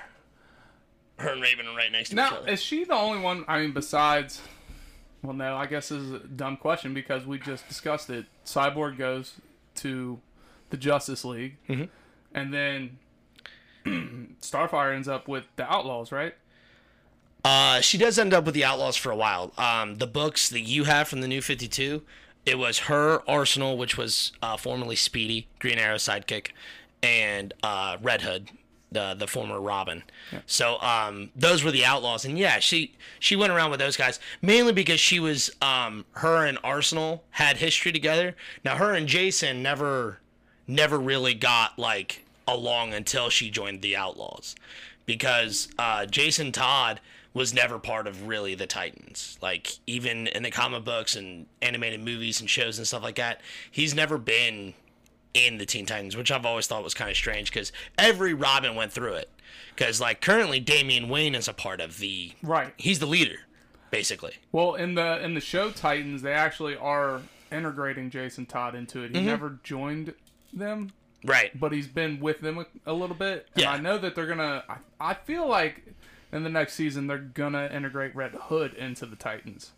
Speaker 2: Her and Raven are right next to each
Speaker 1: Now,
Speaker 2: other.
Speaker 1: is she the only one? I mean, besides. Well, no, I guess this is a dumb question because we just discussed it. Cyborg goes to the Justice League,
Speaker 2: Mm-hmm.
Speaker 1: and then Starfire ends up with the Outlaws, right?
Speaker 2: Uh, she does end up with the Outlaws for a while. Um, the books that you have from the New 52, it was her, Arsenal, which was uh, formerly Speedy, Green Arrow sidekick, and uh, Red Hood, the, the former Robin. So um, those were the Outlaws. And yeah, she, she went around with those guys mainly because she was, um, her and Arsenal had history together. Now, her and Jason never never really got like along until she joined the Outlaws, because uh, Jason Todd was never part of really the Titans. Like even in the comic books and animated movies and shows and stuff like that, he's never been in the Teen Titans, which I've always thought was kind of strange because every Robin went through it. Because like currently Damian Wayne is a part of the
Speaker 1: Right.
Speaker 2: He's the leader, basically.
Speaker 1: Well, in the in the show Titans, they actually are integrating Jason Todd into it. He
Speaker 2: Mm-hmm.
Speaker 1: never joined them,
Speaker 2: Right.
Speaker 1: but he's been with them a, a little bit. And
Speaker 2: Yeah.
Speaker 1: I know that they're gonna. I, I feel like in the next season they're gonna integrate Red Hood into the Titans.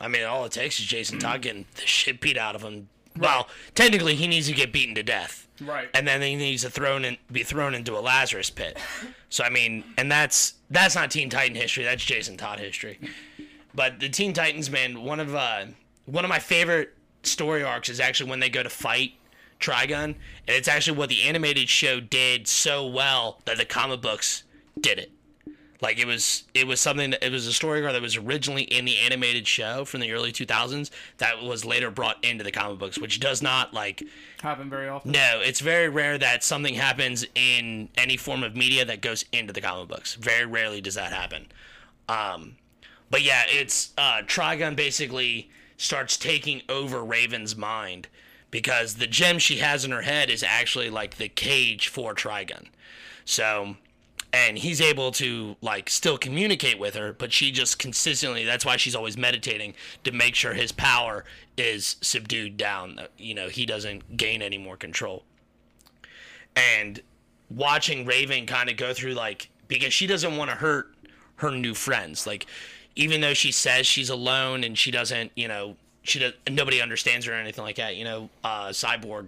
Speaker 2: I mean, all it takes is Jason Todd getting the shit beat out of him. Well, technically, he needs to get beaten to death,
Speaker 1: Right.
Speaker 2: and then he needs to thrown in, be thrown into a Lazarus pit. So I mean, and that's that's not Teen Titan history. That's Jason Todd history. But the Teen Titans, man, one of uh, one of my favorite story arcs is actually when they go to fight Trigun, and it's actually what the animated show did so well that the comic books did it. Like it was it was something that it was a storyline that was originally in the animated show from the early 2000s that was later brought into the comic books, which does not like
Speaker 1: Happen very often.
Speaker 2: no, it's very rare that something happens in any form of media that goes into the comic books. Very rarely does that happen. Um, but yeah, it's uh, Trigon basically starts taking over Raven's mind because the gem she has in her head is actually like the cage for Trigon. So, and he's able to like still communicate with her, but she just consistently, that's why she's always meditating to make sure his power is subdued down. Uh, You know, he doesn't gain any more control. And watching Raven kind of go through like, because she doesn't want to hurt her new friends. Like, even though she says she's alone and she doesn't, you know, she does, nobody understands her or anything like that. You know, uh, Cyborg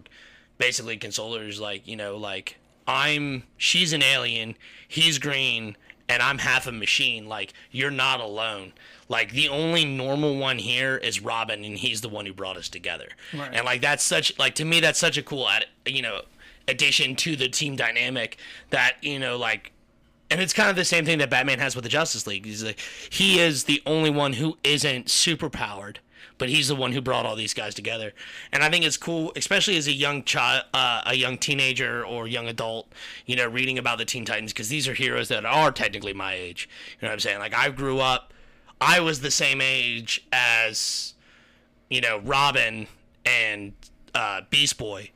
Speaker 2: basically consoled her, is like, you know, like I'm, she's an alien, he's green, and I'm half a machine. Like, you're not alone. Like the only normal one here is Robin, and he's the one who brought us together.
Speaker 1: Right.
Speaker 2: And like that's such like to me that's such a cool, ad- you know, addition to the team dynamic that you know like and it's kind of the same thing that Batman has with the Justice League. He's like, he is the only one who isn't superpowered, but he's the one who brought all these guys together. And I think it's cool, especially as a young child, uh, a young teenager or young adult, you know, reading about the Teen Titans because these are heroes that are technically my age. You know what I'm saying? Like I grew up, I was the same age as, you know, Robin and uh, Beast Boy.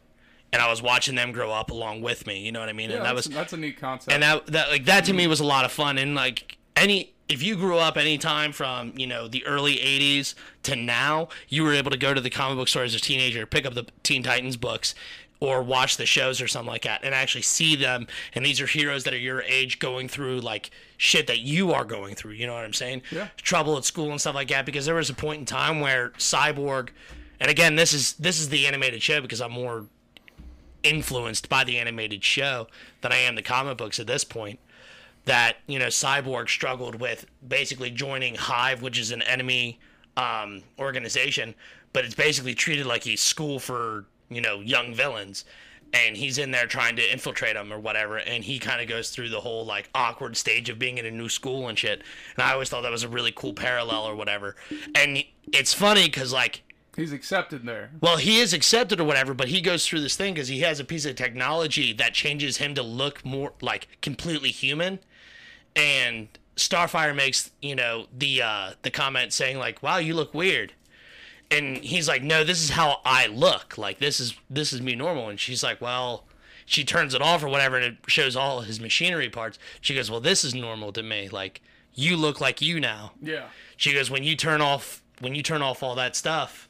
Speaker 2: And I was watching them grow up along with me. You know what I mean?
Speaker 1: Yeah,
Speaker 2: and that
Speaker 1: that's,
Speaker 2: was
Speaker 1: that's a neat concept.
Speaker 2: and that that like that to me was a lot of fun and like any if you grew up any time from you know the early 80s to now you were able to go to the comic book store as a teenager pick up the teen titans books or watch the shows or something like that and actually see them and these are heroes that are your age going through like shit that you are going through you know what i'm saying
Speaker 1: Yeah.
Speaker 2: trouble at school and stuff like that because there was a point in time where cyborg and again this is this is the animated show because i'm more influenced by the animated show than I am the comic books at this point. That you know, Cyborg struggled with basically joining Hive, which is an enemy um, organization, but it's basically treated like a school for you know young villains, and he's in there trying to infiltrate them or whatever, and he kind of goes through the whole like awkward stage of being in a new school and shit. And I always thought that was a really cool parallel or whatever. And it's funny because like
Speaker 1: He's accepted there.
Speaker 2: well, he is accepted or whatever, but he goes through this thing because he has a piece of technology that changes him to look more like completely human. And Starfire makes you know the uh, the comment saying like, "Wow, you look weird," and he's like, "No, this is how I look. Like this is this is me normal." And she's like, "Well." She turns it off or whatever, and it shows all his machinery parts. She goes, "Well, this is normal to me. Like, you look like you now."
Speaker 1: Yeah.
Speaker 2: She goes, when you turn off when you turn off all that stuff,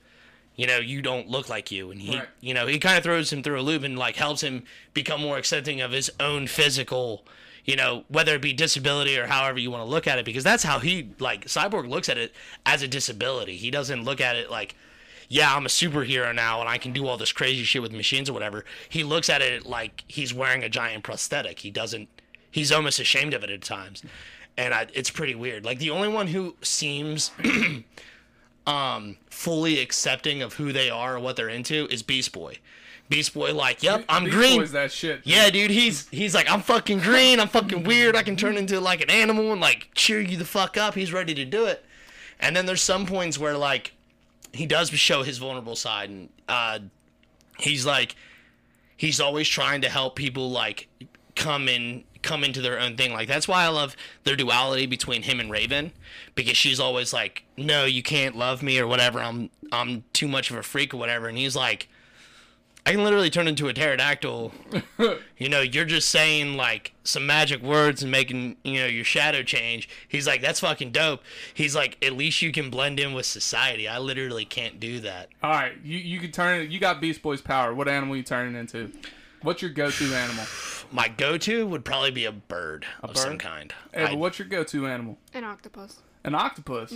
Speaker 2: you know, you don't look like you. And he
Speaker 1: Right.
Speaker 2: you know, he kinda throws him through a loop and like helps him become more accepting of his own physical you know, whether it be disability or however you want to look at it, because that's how he like Cyborg looks at it as a disability. He doesn't look at it like, yeah, I'm a superhero now and I can do all this crazy shit with machines or whatever. He looks at it like he's wearing a giant prosthetic. He doesn't he's almost ashamed of it at times and I, it's pretty weird like the only one who seems um fully accepting of who they are or what they're into is beast boy beast boy like yep i'm
Speaker 1: Beast
Speaker 2: green
Speaker 1: Boy's that shit.
Speaker 2: yeah dude he's he's like i'm fucking green i'm fucking weird i can turn into like an animal and like cheer you the fuck up he's ready to do it and then there's some points where like he does show his vulnerable side and uh he's like he's always trying to help people like come in come into their own thing like that's why i love their duality between him and raven because she's always like no you can't love me or whatever i'm i'm too much of a freak or whatever and he's like i can literally turn into a pterodactyl you know you're just saying like some magic words and making you know your shadow change he's like that's fucking dope he's like at least you can blend in with society i literally can't do that
Speaker 1: All right, you you can turn it. You got Beast Boy's power. What animal you turning into? What's your go-to animal?
Speaker 2: My go-to would probably be a bird of some
Speaker 1: bird?
Speaker 2: kind.
Speaker 1: Ava,
Speaker 2: I-
Speaker 1: what's your go-to animal?
Speaker 3: An octopus.
Speaker 1: An octopus.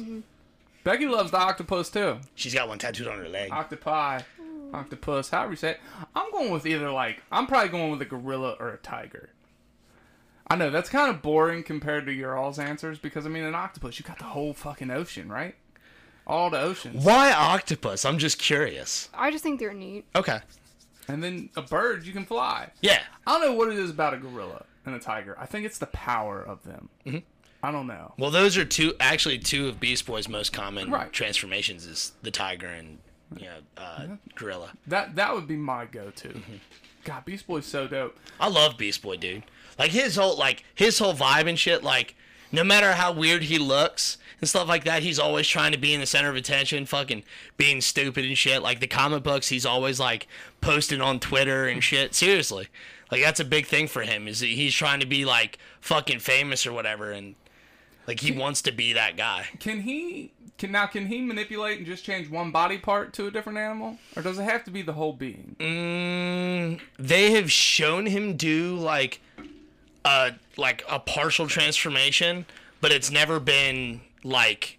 Speaker 1: Becky loves the octopus too.
Speaker 2: she's got one tattooed on her leg.
Speaker 1: Octopi, octopus. However you say it. I'm going with either like I'm probably going with a gorilla or a tiger. I know that's kind of boring compared to your all's answers because I mean an octopus you got the whole fucking ocean right, all the oceans.
Speaker 2: Why octopus? I'm just curious.
Speaker 3: I just think they're neat.
Speaker 2: Okay.
Speaker 1: And then a bird you can fly.
Speaker 2: Yeah. Mm-hmm.
Speaker 1: I don't know what it is about a gorilla and a tiger. I think it's the power of them. I don't know.
Speaker 2: Well, those are two actually two of Beast Boy's most common
Speaker 1: Right.
Speaker 2: transformations is the tiger and you know uh, gorilla.
Speaker 1: That that would be my go-to.
Speaker 2: Mm-hmm.
Speaker 1: God, Beast Boy's so dope.
Speaker 2: I love Beast Boy, dude. Like his whole like his whole vibe and shit. Like no matter how weird he looks and stuff like that, he's always trying to be in the center of attention, fucking being stupid and shit. Like the comic books, he's always like posting on Twitter and shit. Seriously, like that's a big thing for him. Is that he's trying to be like fucking famous or whatever, and like he wants to be that guy.
Speaker 1: Can he can now can he manipulate and just change one body part to a different animal, or does it have to be the whole being?
Speaker 2: Mm, they have shown him do like a like a partial transformation, but it's never been like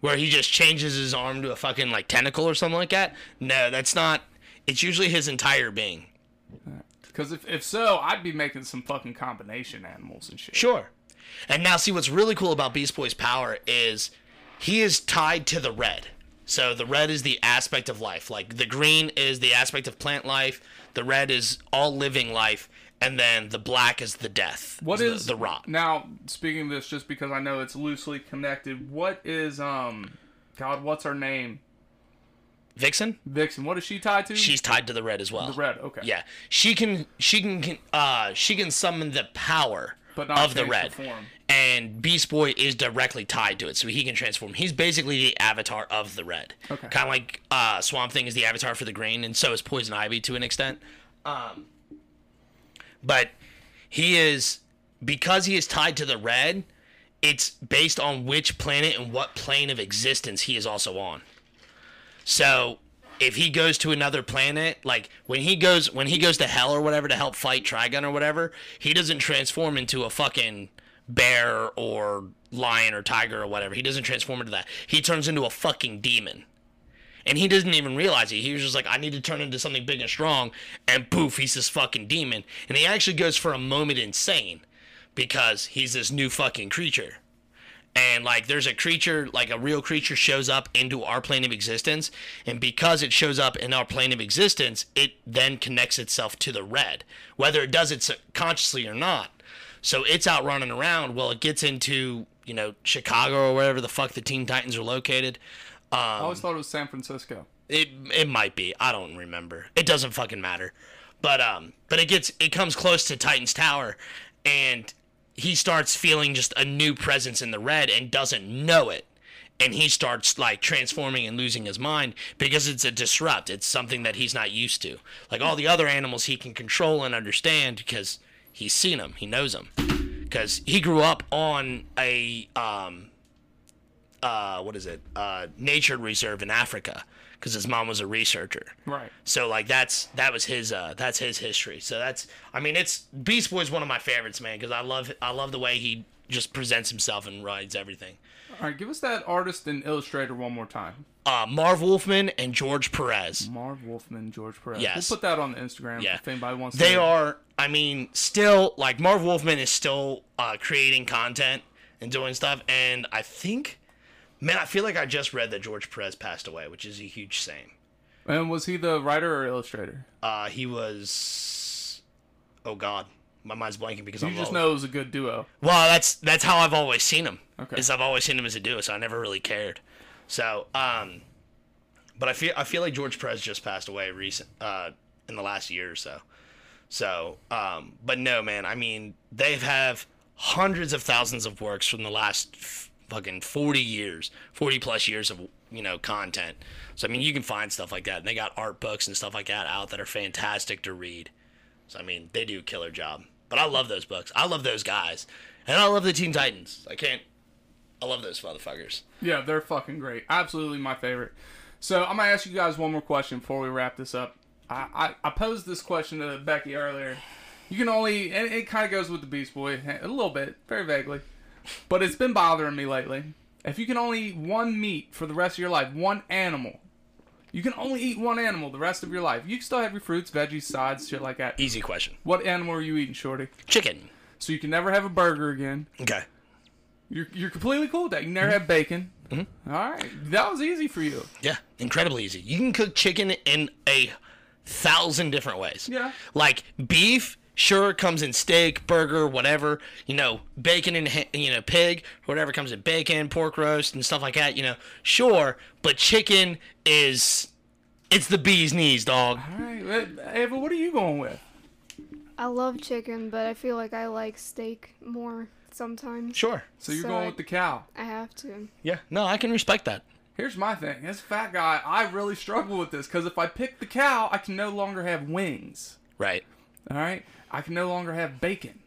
Speaker 2: where he just changes his arm to a fucking like tentacle or something like that. No, that's not. It's usually his entire being.
Speaker 1: Because if, if so, I'd be making some fucking combination animals and shit.
Speaker 2: Sure. And now, see what's really cool about Beast Boy's power is he is tied to the red. So the red is the aspect of life. Like the green is the aspect of plant life. The red is all living life, and then the black is the death.
Speaker 1: What
Speaker 2: the,
Speaker 1: is
Speaker 2: the rock?
Speaker 1: Now, speaking of this, just because I know it's loosely connected, what is um, God, what's her name?
Speaker 2: Vixen.
Speaker 1: Vixen. What is she tied to?
Speaker 2: She's tied to the red as well.
Speaker 1: The red, okay.
Speaker 2: Yeah, she can. She can. can- Uh, she can summon the power
Speaker 1: But not
Speaker 2: of the
Speaker 1: change the
Speaker 2: red. Um,
Speaker 1: form.
Speaker 2: And Beast Boy is directly tied to it, so he can transform. He's basically the avatar of the red.
Speaker 1: Okay.
Speaker 2: Kind of like uh, Swamp Thing is the avatar for the green, and so is Poison Ivy to an extent. Um, but he is because he is tied to the red. It's based on which planet and what plane of existence he is also on. So if he goes to another planet, like when he goes when he goes to hell or whatever to help fight Trigon or whatever, he doesn't transform into a fucking bear or lion or tiger or whatever. He doesn't transform into that. He turns into a fucking demon. And he doesn't even realize it. He was just like, I need to turn into something big and strong. And poof, he's this fucking demon. And he actually goes for a moment insane because he's this new fucking creature and like there's a creature like a real creature shows up into our plane of existence and because it shows up in our plane of existence it then connects itself to the red whether it does it s- consciously or not so it's out running around well it gets into you know chicago or wherever the fuck the teen titans are located
Speaker 1: I always thought it was San Francisco.
Speaker 2: it it might be. I don't remember. It doesn't fucking matter. But um but it gets it comes close to Titan's Tower and he starts feeling just a new presence in the red and doesn't know it. And he starts like transforming and losing his mind because it's a disrupt. It's something that he's not used to. Like all the other animals he can control and understand because he's seen them, he knows them. Because he grew up on a um, uh, what is it? Uh, nature reserve in Africa because his mom was a researcher.
Speaker 1: Right.
Speaker 2: So like that's that was his uh that's his history. So that's I mean it's Beast Boy's one of my favorites, man, because I love I love the way he just presents himself and rides everything.
Speaker 1: All right, give us that artist and illustrator one more time.
Speaker 2: Uh, Marv Wolfman and George Perez.
Speaker 1: Marv Wolfman, George Perez.
Speaker 2: Yes.
Speaker 1: We'll put that on the Instagram
Speaker 2: Yeah.
Speaker 1: if anybody wants to.
Speaker 2: They are, I mean, still like Marv Wolfman is still uh, creating content and doing stuff, and I think, man, I feel like I just read that George Perez passed away, which is a huge shame.
Speaker 1: And was he the writer or illustrator?
Speaker 2: Uh, he was, oh god, my mind's blanking because
Speaker 1: You
Speaker 2: I'm
Speaker 1: just
Speaker 2: old.
Speaker 1: know it was a good duo.
Speaker 2: Well, that's that's how I've always seen him.
Speaker 1: Okay.
Speaker 2: Is I've always seen him as a duo, so I never really cared. So, um, but I feel I feel like George Perez just passed away recent uh in the last year or so. So, um, but no, man. I mean, they have hundreds of thousands of works from the last f- fucking forty years, forty plus years of you know content. So I mean, you can find stuff like that. And they got art books and stuff like that out that are fantastic to read. So I mean, they do a killer job. But I love those books. I love those guys, and I love the Teen Titans. I can't. I love those motherfuckers.
Speaker 1: Yeah, they're fucking great. Absolutely my favorite. So I'm gonna ask you guys one more question before we wrap this up. I, I, I posed this question to Becky earlier. You can only and it kind of goes with the Beast Boy eh, a little bit, very vaguely, but it's been bothering me lately. If you can only eat one meat for the rest of your life, one animal, you can only eat one animal the rest of your life. You can still have your fruits, veggies, sides, shit like that.
Speaker 2: Easy question.
Speaker 1: What animal are you eating, Shorty?
Speaker 2: Chicken.
Speaker 1: So you can never have a burger again.
Speaker 2: Okay.
Speaker 1: You're, you're completely cool with that. You can never have bacon. All right, that was easy for you.
Speaker 2: Yeah, incredibly easy. You can cook chicken in a thousand different ways.
Speaker 1: Yeah.
Speaker 2: Like beef, Sure, it comes in steak, burger, whatever, you know, bacon and, ha- you know, pig, whatever comes in bacon, pork roast, and stuff like that, you know, sure, but chicken is, it's the bee's knees, dog.
Speaker 1: All right, let- Ava, what are you going with?
Speaker 3: I love chicken, but I feel like I like steak more sometimes.
Speaker 2: Sure.
Speaker 1: So you're
Speaker 3: So
Speaker 1: going
Speaker 3: I-
Speaker 1: with the cow.
Speaker 3: I have to.
Speaker 2: Yeah. No, I can respect that.
Speaker 1: Here's my thing. As a fat guy, I really struggle with this because if I pick the cow, I can no longer have wings.
Speaker 2: Right.
Speaker 1: All right, I can no longer have bacon.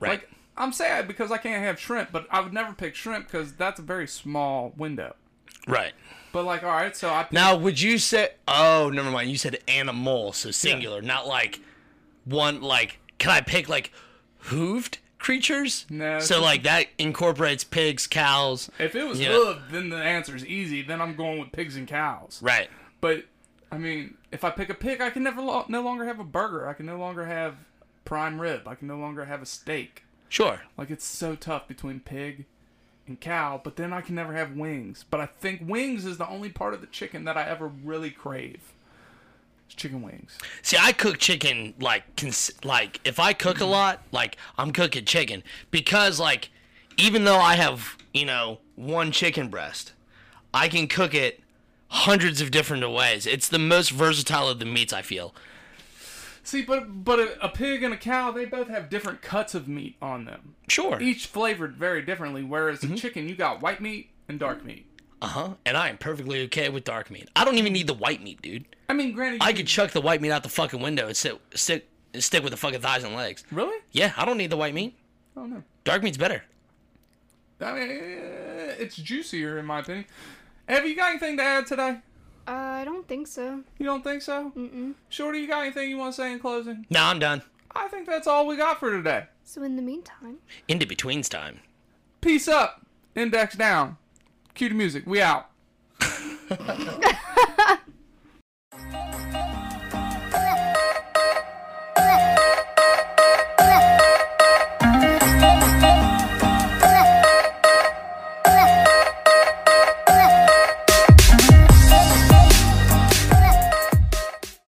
Speaker 2: Right.
Speaker 1: Like I'm sad because I can't have shrimp, but I would never pick shrimp because that's a very small window.
Speaker 2: right.
Speaker 1: But like, all right, so I pick,
Speaker 2: Now, would you say? Oh, never mind. You said animal, so singular, not like one. Like, can I pick like hooved creatures?
Speaker 1: No, it's
Speaker 2: So
Speaker 1: just-
Speaker 2: like that incorporates pigs, cows.
Speaker 1: if it was
Speaker 2: Yeah.
Speaker 1: hooved, then the answer's easy. Then I'm going with pigs and cows.
Speaker 2: Right.
Speaker 1: But I mean, if I pick a pig, I can never lo- no longer have a burger. I can no longer have prime rib. I can no longer have a steak.
Speaker 2: Sure.
Speaker 1: Like it's so tough between pig and cow, but then I can never have wings. But I think wings is the only part of the chicken that I ever really crave. It's chicken wings.
Speaker 2: See, I cook chicken like cons- like if I cook a lot, like I'm cooking chicken because like even though I have you know one chicken breast, I can cook it hundreds of different ways. It's the most versatile of the meats. I feel.
Speaker 1: See, but but a, a pig and a cow, they both have different cuts of meat on them.
Speaker 2: Sure.
Speaker 1: Each flavored very differently. Whereas a chicken, you got white meat and dark meat.
Speaker 2: Uh huh. And I am perfectly okay with dark meat. I don't even need the white meat, dude.
Speaker 1: I mean, granted,
Speaker 2: I
Speaker 1: you-
Speaker 2: could chuck the white meat out the fucking window and sit, stick stick with the fucking thighs and legs.
Speaker 1: really.
Speaker 2: Yeah, I don't need the white meat.
Speaker 1: I don't know.
Speaker 2: Dark meat's better.
Speaker 1: I mean, eh, it's juicier in my opinion. Have you got anything to add today?
Speaker 3: Uh, I don't think so.
Speaker 1: You don't think so? Mm-mm. Shorty, you got anything you want to say in closing?
Speaker 2: No, I'm done.
Speaker 1: I think that's all we got for today.
Speaker 3: So in the meantime,
Speaker 2: Into betweens time.
Speaker 1: Peace up. Index down. Cue the music. We out.